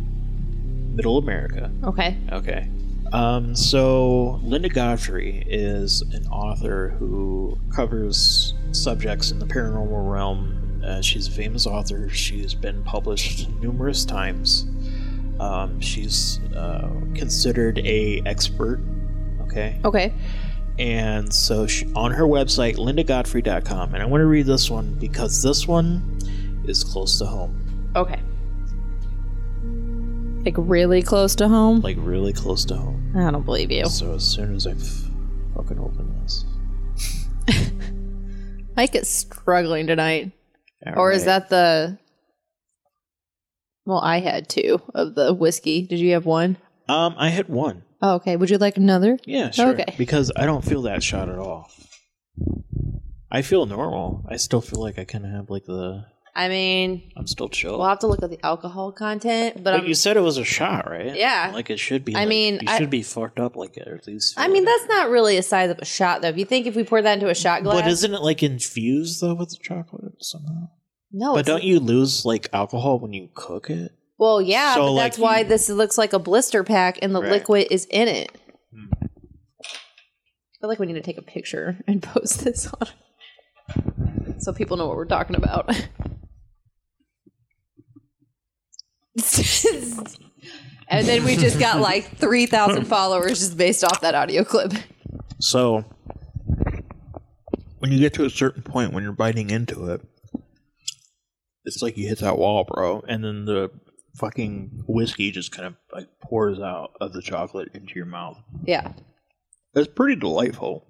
Speaker 1: Middle America.
Speaker 2: Okay.
Speaker 1: Okay. Um, so Linda Godfrey is an author who covers subjects in the paranormal realm. Uh, she's a famous author. She's been published numerous times. Um, she's uh, considered a expert. Okay.
Speaker 2: Okay.
Speaker 1: And so she, on her website, lindagodfrey.com, and I want to read this one because this one is close to home.
Speaker 2: Okay. Like really close to home?
Speaker 1: like really close to home.
Speaker 2: I don't believe you.
Speaker 1: So as soon as I f- fucking open this,
Speaker 2: Mike is struggling tonight.
Speaker 1: All
Speaker 2: Or is
Speaker 1: right.
Speaker 2: that the Well, I had two of the whiskey. Did you have one?
Speaker 1: Um, I hit one.
Speaker 2: Oh, okay. Would you like another?
Speaker 1: Yeah, sure.
Speaker 2: Okay.
Speaker 1: Because I don't feel that shot at all. I feel normal. I still feel like I kind of have like the.
Speaker 2: I mean,
Speaker 1: I'm still chill.
Speaker 2: we'll have to look at the alcohol content, but,
Speaker 1: but
Speaker 2: I'm,
Speaker 1: you said it was a shot, right?
Speaker 2: Yeah.
Speaker 1: Like it should be.
Speaker 2: I
Speaker 1: like-
Speaker 2: mean,
Speaker 1: you
Speaker 2: I-
Speaker 1: should be fucked up like at least.
Speaker 2: I
Speaker 1: feel
Speaker 2: mean,
Speaker 1: like-
Speaker 2: that's not really a size of a shot though. If you think if we pour that into a shot glass,
Speaker 1: But isn't it like infused though with the chocolate somehow?
Speaker 2: no,
Speaker 1: but
Speaker 2: Oh, it's-
Speaker 1: don't you lose like alcohol when you cook it?
Speaker 2: Well, yeah,
Speaker 1: So,
Speaker 2: but
Speaker 1: like,
Speaker 2: that's why
Speaker 1: you-
Speaker 2: this looks like a blister pack and the
Speaker 1: Right.
Speaker 2: liquid is in it.
Speaker 1: Hmm.
Speaker 2: I feel like we need to take a picture and post this on so people know what we're talking about. and then we just got like 3,000 followers just based off that audio clip.
Speaker 1: So when you get to a certain point when you're biting into it, it's like you hit that wall, bro, and then the fucking whiskey just kind of like pours out of the chocolate into your mouth.
Speaker 2: Yeah.
Speaker 1: It's pretty delightful,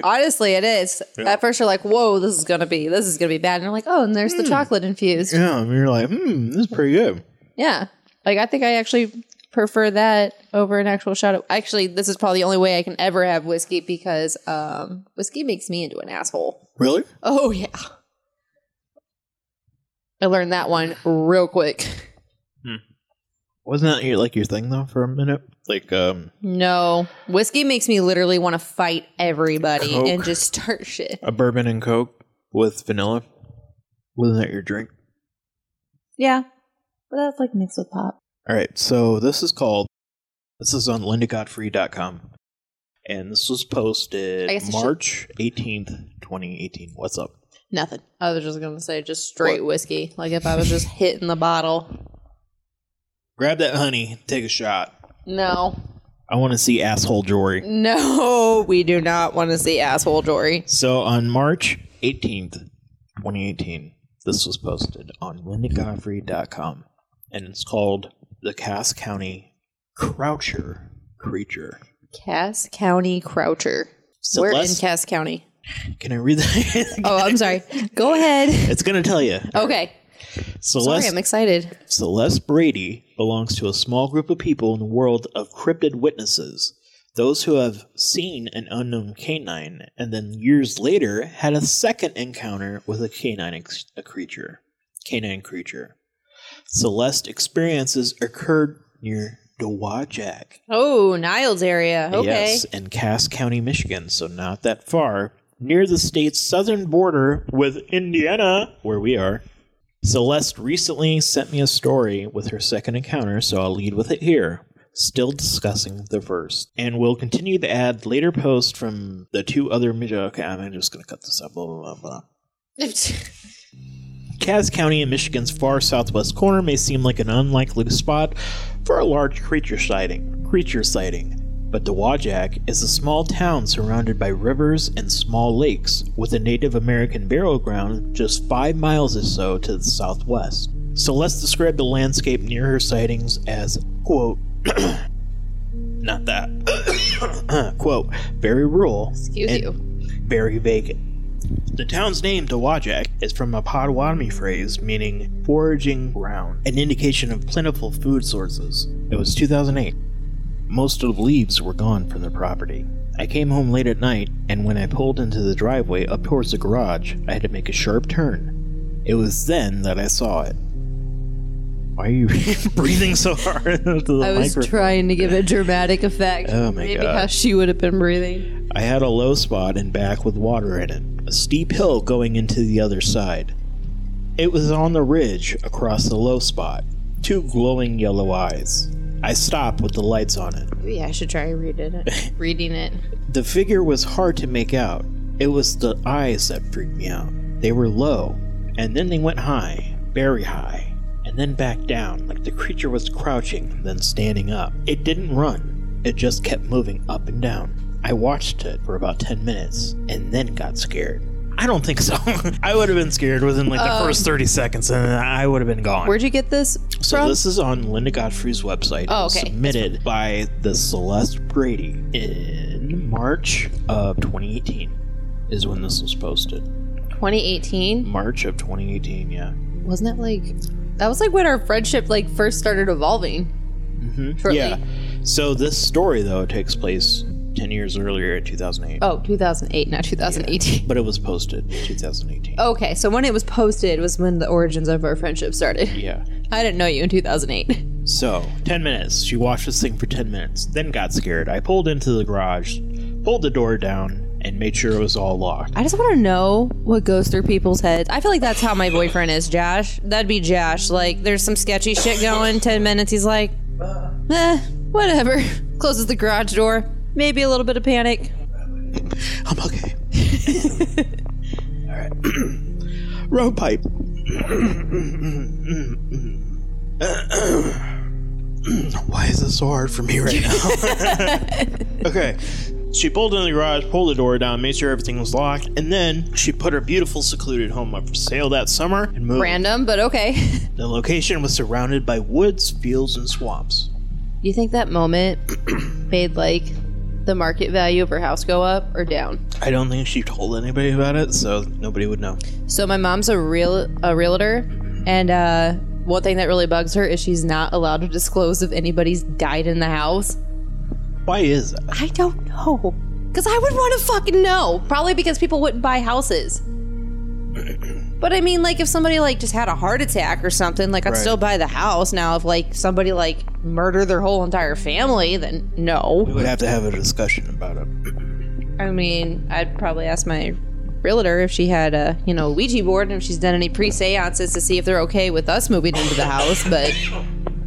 Speaker 2: Yeah, honestly, it is.
Speaker 1: Yeah.
Speaker 2: At first, you're like, "Whoa, this is gonna be this is gonna be bad," and you're like, "Oh, and there's
Speaker 1: Hmm.
Speaker 2: the chocolate infused."
Speaker 1: Yeah, and you're like, hmm, this is pretty good.
Speaker 2: Yeah. Like I think I actually prefer that over an actual shot of actually this is probably the only way I can ever have whiskey because um whiskey makes me into an asshole.
Speaker 1: Really?
Speaker 2: Oh yeah. I learned that one real quick.
Speaker 1: Wasn't that your, like your thing though for a minute? Like, um,
Speaker 2: No. Whiskey makes me literally want to fight everybody
Speaker 1: Coke.
Speaker 2: and just start shit.
Speaker 1: a bourbon and coke with vanilla. Wasn't that your drink?
Speaker 2: Yeah. But that's like mixed with pop.
Speaker 1: All right, so this is called. This is on lindagodfrey.com. And this was posted
Speaker 2: I guess I should-
Speaker 1: March 18th, 2018. What's up?
Speaker 2: Nothing. I was just gonna say just straight whiskey. Like if I was just hitting the bottle.
Speaker 1: Grab that honey, take a shot.
Speaker 2: No.
Speaker 1: I want to see asshole jewelry.
Speaker 2: No, we do not want to see asshole Jory.
Speaker 1: So on March 18th, 2018, this was posted on lindagodfrey.com. And it's called The Cass County Croucher Creature.
Speaker 2: Cass County Croucher.
Speaker 1: So
Speaker 2: We're in
Speaker 1: let's-
Speaker 2: Cass County.
Speaker 1: Can I read that?
Speaker 2: Oh, I'm sorry. Go ahead.
Speaker 1: It's going to tell you.
Speaker 2: Okay.
Speaker 1: So
Speaker 2: Sorry,
Speaker 1: let's
Speaker 2: I'm excited.
Speaker 1: Celeste Brady belongs to a small group of people in the world of cryptid witnesses, those who have seen an unknown canine and then years later had a second encounter with a canine ex- a creature. Canine creature. Celeste experiences occurred near Dowagiac,
Speaker 2: Oh, Niles area. Okay.
Speaker 1: yes, in Cass County, Michigan, so not that far, near the state's southern border with Indiana, where we are. Celeste recently sent me a story with her second encounter, so I'll lead with it here. Still discussing the first, and we'll continue to add later posts from the two other. Mid- okay, I'm just gonna cut this up. Blah blah blah blah. Cass County in Michigan's far southwest corner may seem like an unlikely spot for a large creature sighting. Creature sighting, but Dowagiac is a small town surrounded by rivers and small lakes, with a Native American burial ground just five miles or so to the southwest. Celeste described the landscape near her sightings as quote. Not that. quote, very rural.
Speaker 2: Excuse
Speaker 1: and
Speaker 2: you.
Speaker 1: very vacant. The town's name, Dowagiac, is from a Potawatomi phrase meaning foraging ground, an indication of plentiful food sources. It was 2008. Most of the leaves were gone from the property. I came home late at night, and when I pulled into the driveway up towards the garage, I had to make a sharp turn. It was then that I saw it. Why are you breathing so hard into the
Speaker 2: I was
Speaker 1: microphone?
Speaker 2: trying to give a dramatic effect.
Speaker 1: Oh my
Speaker 2: Maybe
Speaker 1: God.
Speaker 2: how she would have been breathing.
Speaker 1: I had a low spot and back with water in it, a steep hill going into the other side. It was on the ridge across the low spot, two glowing yellow eyes. I stopped with the lights on it.
Speaker 2: Maybe I should try reading it. reading it.
Speaker 1: The figure was hard to make out. It was the eyes that freaked me out. They were low, and then they went high, very high, and then back down, like the creature was crouching, then standing up. It didn't run, it just kept moving up and down. I watched it for about 10 minutes, and then got scared. I don't think so. I would have been scared within like the
Speaker 2: Um,
Speaker 1: first 30 seconds and I would have been gone.
Speaker 2: Where'd you get this
Speaker 1: so
Speaker 2: from?
Speaker 1: this is on Linda Godfrey's website. It
Speaker 2: Oh,
Speaker 1: was
Speaker 2: okay.
Speaker 1: Submitted by the Celeste Brady in March of 2018 is when this was posted.
Speaker 2: 2018.
Speaker 1: March of 2018, yeah.
Speaker 2: Wasn't that like that was like when our friendship like first started evolving?
Speaker 1: hmm
Speaker 2: Shortly.
Speaker 1: Yeah. So this story though takes place 10 years earlier at 2008,
Speaker 2: Oh, 2008, not 2018.
Speaker 1: but it was posted 2018.
Speaker 2: Okay, so when it was posted was when the origins of our friendship started.
Speaker 1: Yeah.
Speaker 2: I didn't know you in 2008.
Speaker 1: So, 10 minutes. She watched this thing for 10 minutes, then got scared. I pulled into the garage, pulled the door down, and made sure it was all locked.
Speaker 2: I just want to know what goes through people's heads. I feel like that's how my boyfriend is, Josh. That'd be Josh. Like, there's some sketchy shit going. 10 minutes, he's like, eh, whatever. Closes the garage door. Maybe a little bit of panic.
Speaker 1: I'm okay. all right. Road pipe. Why is this so hard for me right now? okay. She pulled in the garage, pulled the door down, made sure everything was locked, and then she put her beautiful secluded home up for sale that summer and moved.
Speaker 2: Random, but okay.
Speaker 1: The location was surrounded by woods, fields, and swamps.
Speaker 2: Do you think that moment made, like, the market value of her house go up or down?
Speaker 1: I don't think she told anybody about it, so nobody would know.
Speaker 2: So my mom's a real a realtor, and uh, one thing that really bugs her is she's not allowed to disclose if anybody's died in the house.
Speaker 1: Why is that?
Speaker 2: I don't know, cause I would want to fucking know. Probably because people wouldn't buy houses. But I mean, like if somebody like just had a heart attack or something, like I'd
Speaker 1: Right.
Speaker 2: still buy the house. Now if like somebody like murdered their whole entire family, then
Speaker 1: We
Speaker 2: no.
Speaker 1: would have to have a discussion about it.
Speaker 2: I mean, I'd probably ask my realtor if she had a you know Ouija board and if she's done any pre seances to see if they're okay with us moving into the house, but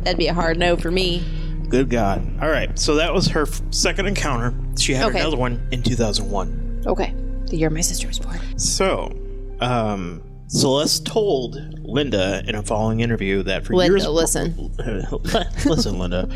Speaker 2: that'd be a hard no for me.
Speaker 1: Good God. All right, so that was her f- second encounter. She had
Speaker 2: Okay.
Speaker 1: another one in 2001.
Speaker 2: Okay, the year my sister was born.
Speaker 1: So, um, Celeste told Linda in a following interview that for
Speaker 2: Linda,
Speaker 1: years.
Speaker 2: listen.
Speaker 1: listen, Linda.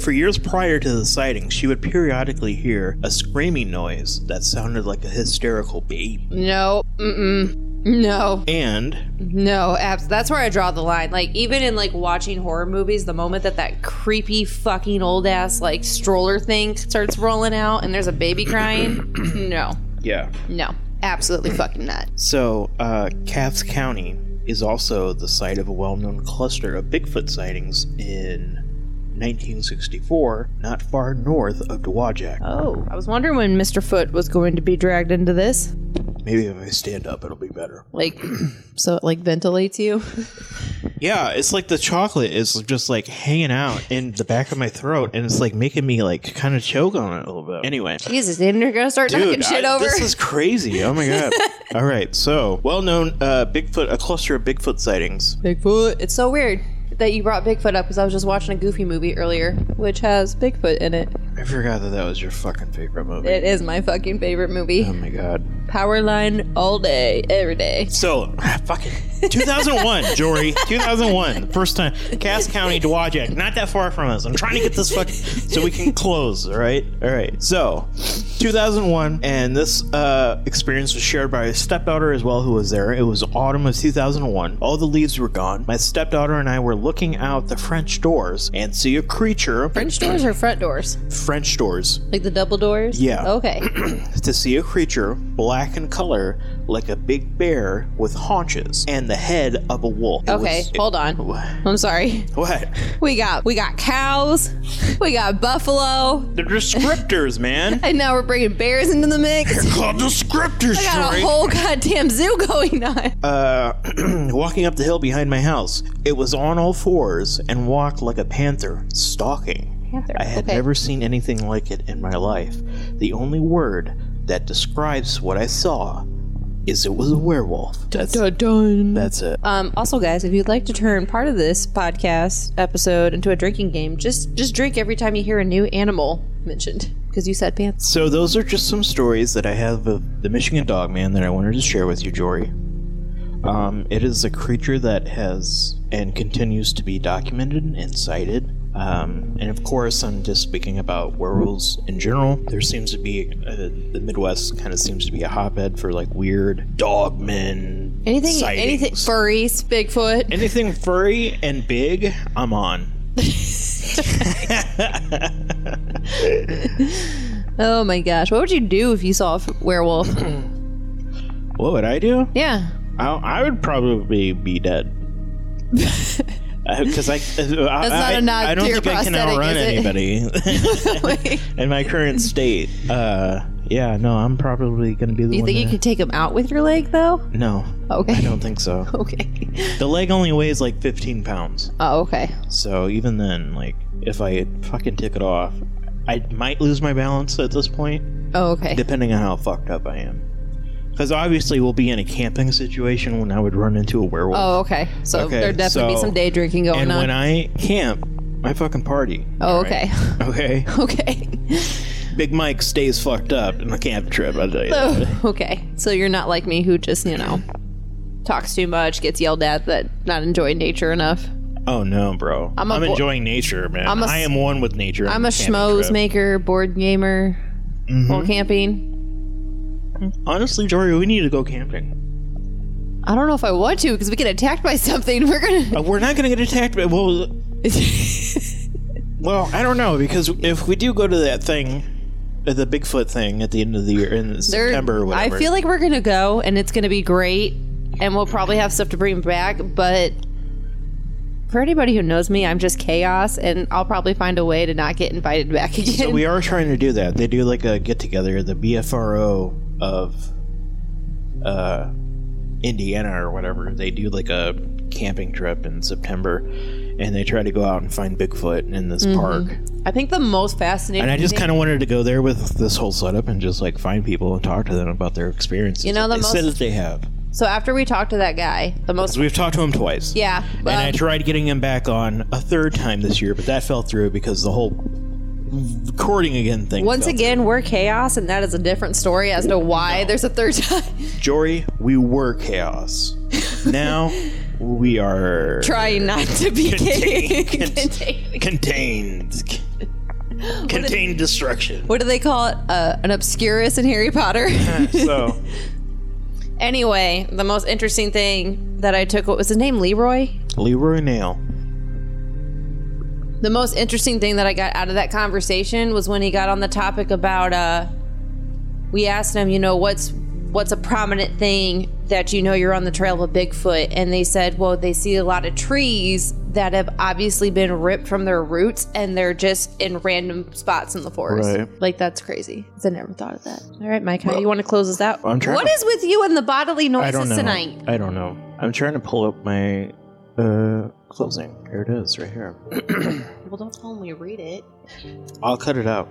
Speaker 1: For years prior to the sighting, she would periodically hear a screaming noise that sounded like a hysterical baby.
Speaker 2: No, mm-mm. No,
Speaker 1: And
Speaker 2: no, abs- that's where I draw the line. Like, even in like watching horror movies, the moment that that creepy fucking old ass like stroller thing starts rolling out and there's a baby crying, no,
Speaker 1: Yeah.
Speaker 2: no, absolutely fucking not.
Speaker 1: So, uh, Cass County is also the site of a well known cluster of Bigfoot sightings in 1964, not far north of Dowagiac.
Speaker 2: Oh, I was wondering when Mr. Foot was going to be dragged into this.
Speaker 1: Maybe if I stand up, it'll be better.
Speaker 2: Like, so it like ventilates you.
Speaker 1: Yeah, it's like the chocolate is just like hanging out in the back of my throat, and it's like making me like kind of choke on it a little bit. Anyway,
Speaker 2: Jesus, and you're gonna start knocking
Speaker 1: Dude,
Speaker 2: shit
Speaker 1: I-
Speaker 2: over.
Speaker 1: this is crazy. Oh my god. All right, so well known uh, Bigfoot, a cluster of Bigfoot sightings.
Speaker 2: Bigfoot. It's so weird that you brought Bigfoot up because I was just watching a Goofy movie earlier, which has Bigfoot in it.
Speaker 1: I forgot that that was your fucking favorite movie.
Speaker 2: It is my fucking favorite movie.
Speaker 1: oh my god.
Speaker 2: Power line all day, every day.
Speaker 1: So, ah, fucking 2001, Jory. 2001. the First time. Cass County, Dowagiac. Not that far from us. I'm trying to get this fucking so we can close, all right? All right. So, 2001, and this uh, experience was shared by a stepdaughter as well who was there. It was autumn of 2001. All the leaves were gone. My stepdaughter and I were looking out the French doors and see a creature.
Speaker 2: French doors or front doors?
Speaker 1: French doors.
Speaker 2: Like the double doors?
Speaker 1: Yeah.
Speaker 2: Okay.
Speaker 1: to see a creature black in color like a big bear with haunches and the head of a wolf. It
Speaker 2: Okay,
Speaker 1: was- it-
Speaker 2: hold on. I'm sorry.
Speaker 1: What?
Speaker 2: We got we got cows, we got buffalo,
Speaker 1: They're descriptors, man.
Speaker 2: and now we're bringing bears into the mix.
Speaker 1: Called descriptors,
Speaker 2: I got a
Speaker 1: Jory.
Speaker 2: whole goddamn zoo going on.
Speaker 1: Uh, walking up the hill behind my house, it was on all fours and walked like a panther, stalking.
Speaker 2: Panther.
Speaker 1: I had
Speaker 2: Okay.
Speaker 1: never seen anything like it in my life. The only word that describes what I saw is it was a werewolf. That's, that's it.
Speaker 2: Um, also, guys, if you'd like to turn part of this podcast episode into a drinking game, just just drink every time you hear a new animal mentioned because you said pants.
Speaker 1: So those are just some stories that I have of the Michigan Dog Man that I wanted to share with you, Jory. Um, it is a creature that has and continues to be documented and cited. Um, and of course, I'm just speaking about werewolves in general. There seems to be uh, the Midwest kind of seems to be a hotbed for like weird dogmen,
Speaker 2: Anything,
Speaker 1: sightings.
Speaker 2: anything, furries, Bigfoot.
Speaker 1: anything furry and big. I'm on.
Speaker 2: Oh my gosh, what would you do if you saw a f- werewolf?
Speaker 1: What would I do?
Speaker 2: yeah,
Speaker 1: I, I would probably be dead. Because I, I,
Speaker 2: not
Speaker 1: I,
Speaker 2: a nod
Speaker 1: I don't
Speaker 2: to your
Speaker 1: think I can
Speaker 2: prosthetic,
Speaker 1: outrun
Speaker 2: is it?
Speaker 1: anybody in my current state. Uh, yeah, no, I'm probably gonna be the
Speaker 2: you
Speaker 1: one.
Speaker 2: think you
Speaker 1: to-
Speaker 2: could take him out with your leg though?
Speaker 1: No, I
Speaker 2: Okay,
Speaker 1: don't think so.
Speaker 2: okay,
Speaker 1: The leg only weighs like 15 pounds,
Speaker 2: oh okay.
Speaker 1: so even then, like, if I fucking took it off, I might lose my balance at this point.
Speaker 2: Oh, okay.
Speaker 1: depending on how fucked up I am. Because obviously, we'll be in a camping situation when I would run into a werewolf.
Speaker 2: Oh, okay. So
Speaker 1: Okay,
Speaker 2: there'd definitely be
Speaker 1: so-
Speaker 2: some day drinking going
Speaker 1: and
Speaker 2: on.
Speaker 1: when I camp, I fucking party.
Speaker 2: oh,
Speaker 1: All right?
Speaker 2: okay.
Speaker 1: Okay.
Speaker 2: Okay.
Speaker 1: Big Mike stays fucked up in the camp trip. I tell you. that.
Speaker 2: So, Oh, okay. So you're not like me who just, you know, talks too much, gets yelled at, that not enjoying nature enough.
Speaker 1: Oh no, bro. I'm,
Speaker 2: I'm a bo-
Speaker 1: enjoying nature, man.
Speaker 2: I'm a
Speaker 1: I am one with nature. on
Speaker 2: I'm a
Speaker 1: the camping
Speaker 2: schmoes
Speaker 1: trip.
Speaker 2: maker, board gamer,
Speaker 1: Mm-hmm.
Speaker 2: while camping.
Speaker 1: Honestly, Jory, we need to go camping.
Speaker 2: I don't know if I want to because we get attacked by something. We're gonna.
Speaker 1: Uh, we're not gonna get attacked, but well, well, I don't know because if we do go to that thing, uh, the Bigfoot thing at the end of the year in
Speaker 2: They're-
Speaker 1: September, or whatever.
Speaker 2: I feel like we're gonna go and it's gonna be great, and we'll probably have stuff to bring back. But for anybody who knows me, I'm just chaos, and I'll probably find a way to not get invited back again.
Speaker 1: So we are trying to do that. They do like a get together, the BFRO of uh, Indiana or whatever. They do like a camping trip in September, and they try to go out and find Bigfoot in
Speaker 2: Mm-hmm.
Speaker 1: this park.
Speaker 2: I think the most fascinating.
Speaker 1: And I just
Speaker 2: thing-
Speaker 1: kind of wanted to go there with this whole setup and just like find people and talk to them about their experiences.
Speaker 2: You know,
Speaker 1: that
Speaker 2: the
Speaker 1: they said
Speaker 2: most-
Speaker 1: that they have.
Speaker 2: So after we talked to that guy, the most
Speaker 1: So we've talked to him twice.
Speaker 2: yeah,
Speaker 1: And I
Speaker 2: um,
Speaker 1: tried getting him back on a third time this year, but that fell through because the whole recording again thing.
Speaker 2: once
Speaker 1: fell through.
Speaker 2: again we're chaos, and that is a different story as to why there's a third time
Speaker 1: Jory, we were chaos. Now we are
Speaker 2: trying not to be
Speaker 1: Contain-
Speaker 2: contained.
Speaker 1: contained. C- Contained destruction.
Speaker 2: What do they call it? Uh, an obscurus in Harry Potter.
Speaker 1: So
Speaker 2: anyway, the most interesting thing that I took what was his name Leroy.
Speaker 1: Leroy Nail.
Speaker 2: The most interesting thing that I got out of that conversation was when he got on the topic about uh we asked him, you know, what's what's a prominent thing that you know you're on the trail of Bigfoot and they said, well, they see a lot of trees that have obviously been ripped from their roots and they're just in random spots in the forest.
Speaker 1: Right.
Speaker 2: Like that's crazy. 'Cause I never thought of that. All right, Mike, how do you want to close this out?
Speaker 1: I'm trying
Speaker 2: What
Speaker 1: to-
Speaker 2: is with you and the bodily noises
Speaker 1: I don't know.
Speaker 2: tonight?
Speaker 1: I don't know. I'm trying to pull up my uh closing. Here it is, right here.
Speaker 4: Well, don't tell me read it.
Speaker 1: I'll cut it out.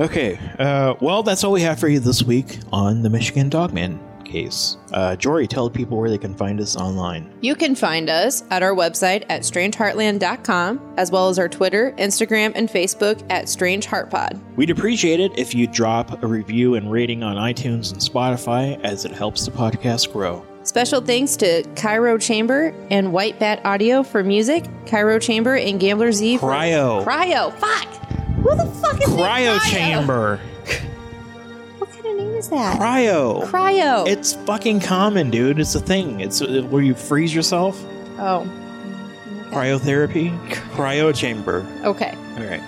Speaker 1: okay. Uh, well, that's all we have for you this week on the Michigan Dogman case. Uh, Jory, tell people where they can find us online.
Speaker 2: You can find us at our website at strangeheartland.com, as well as our Twitter, Instagram, and Facebook at Strange Heart Pod.
Speaker 1: We'd appreciate it if you drop a review and rating on iTunes and Spotify as it helps the podcast grow.
Speaker 2: Special thanks to Cairo Chamber and White Bat Audio for music, Cairo Chamber and Gambler Z for
Speaker 1: Cryo.
Speaker 2: Cryo. Fuck! Who the fuck is named
Speaker 1: Cryo chamber.
Speaker 2: What kind of name is that?
Speaker 1: Cryo.
Speaker 2: Cryo.
Speaker 1: It's fucking common, dude. It's a thing. It's uh, where you freeze yourself.
Speaker 2: oh,
Speaker 1: Cryotherapy. Cryo chamber.
Speaker 2: okay.
Speaker 1: All right.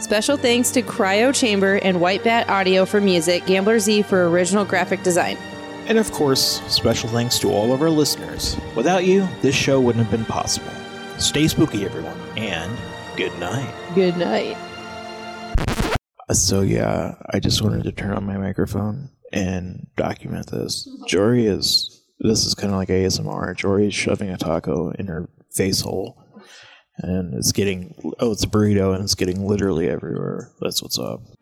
Speaker 2: Special thanks to Cryo Chamber and White Bat Audio for music, Gambler Z for original graphic design.
Speaker 1: And of course, special thanks to all of our listeners. Without you, this show wouldn't have been possible. Stay spooky, everyone, and good night.
Speaker 2: Good night.
Speaker 1: Uh, So yeah, I just wanted to turn on my microphone and document this. Jory is this is kind of like ASMR. Jory is shoving a taco in her face hole, and it's getting oh, it's a burrito, and it's getting literally everywhere. That's what's up.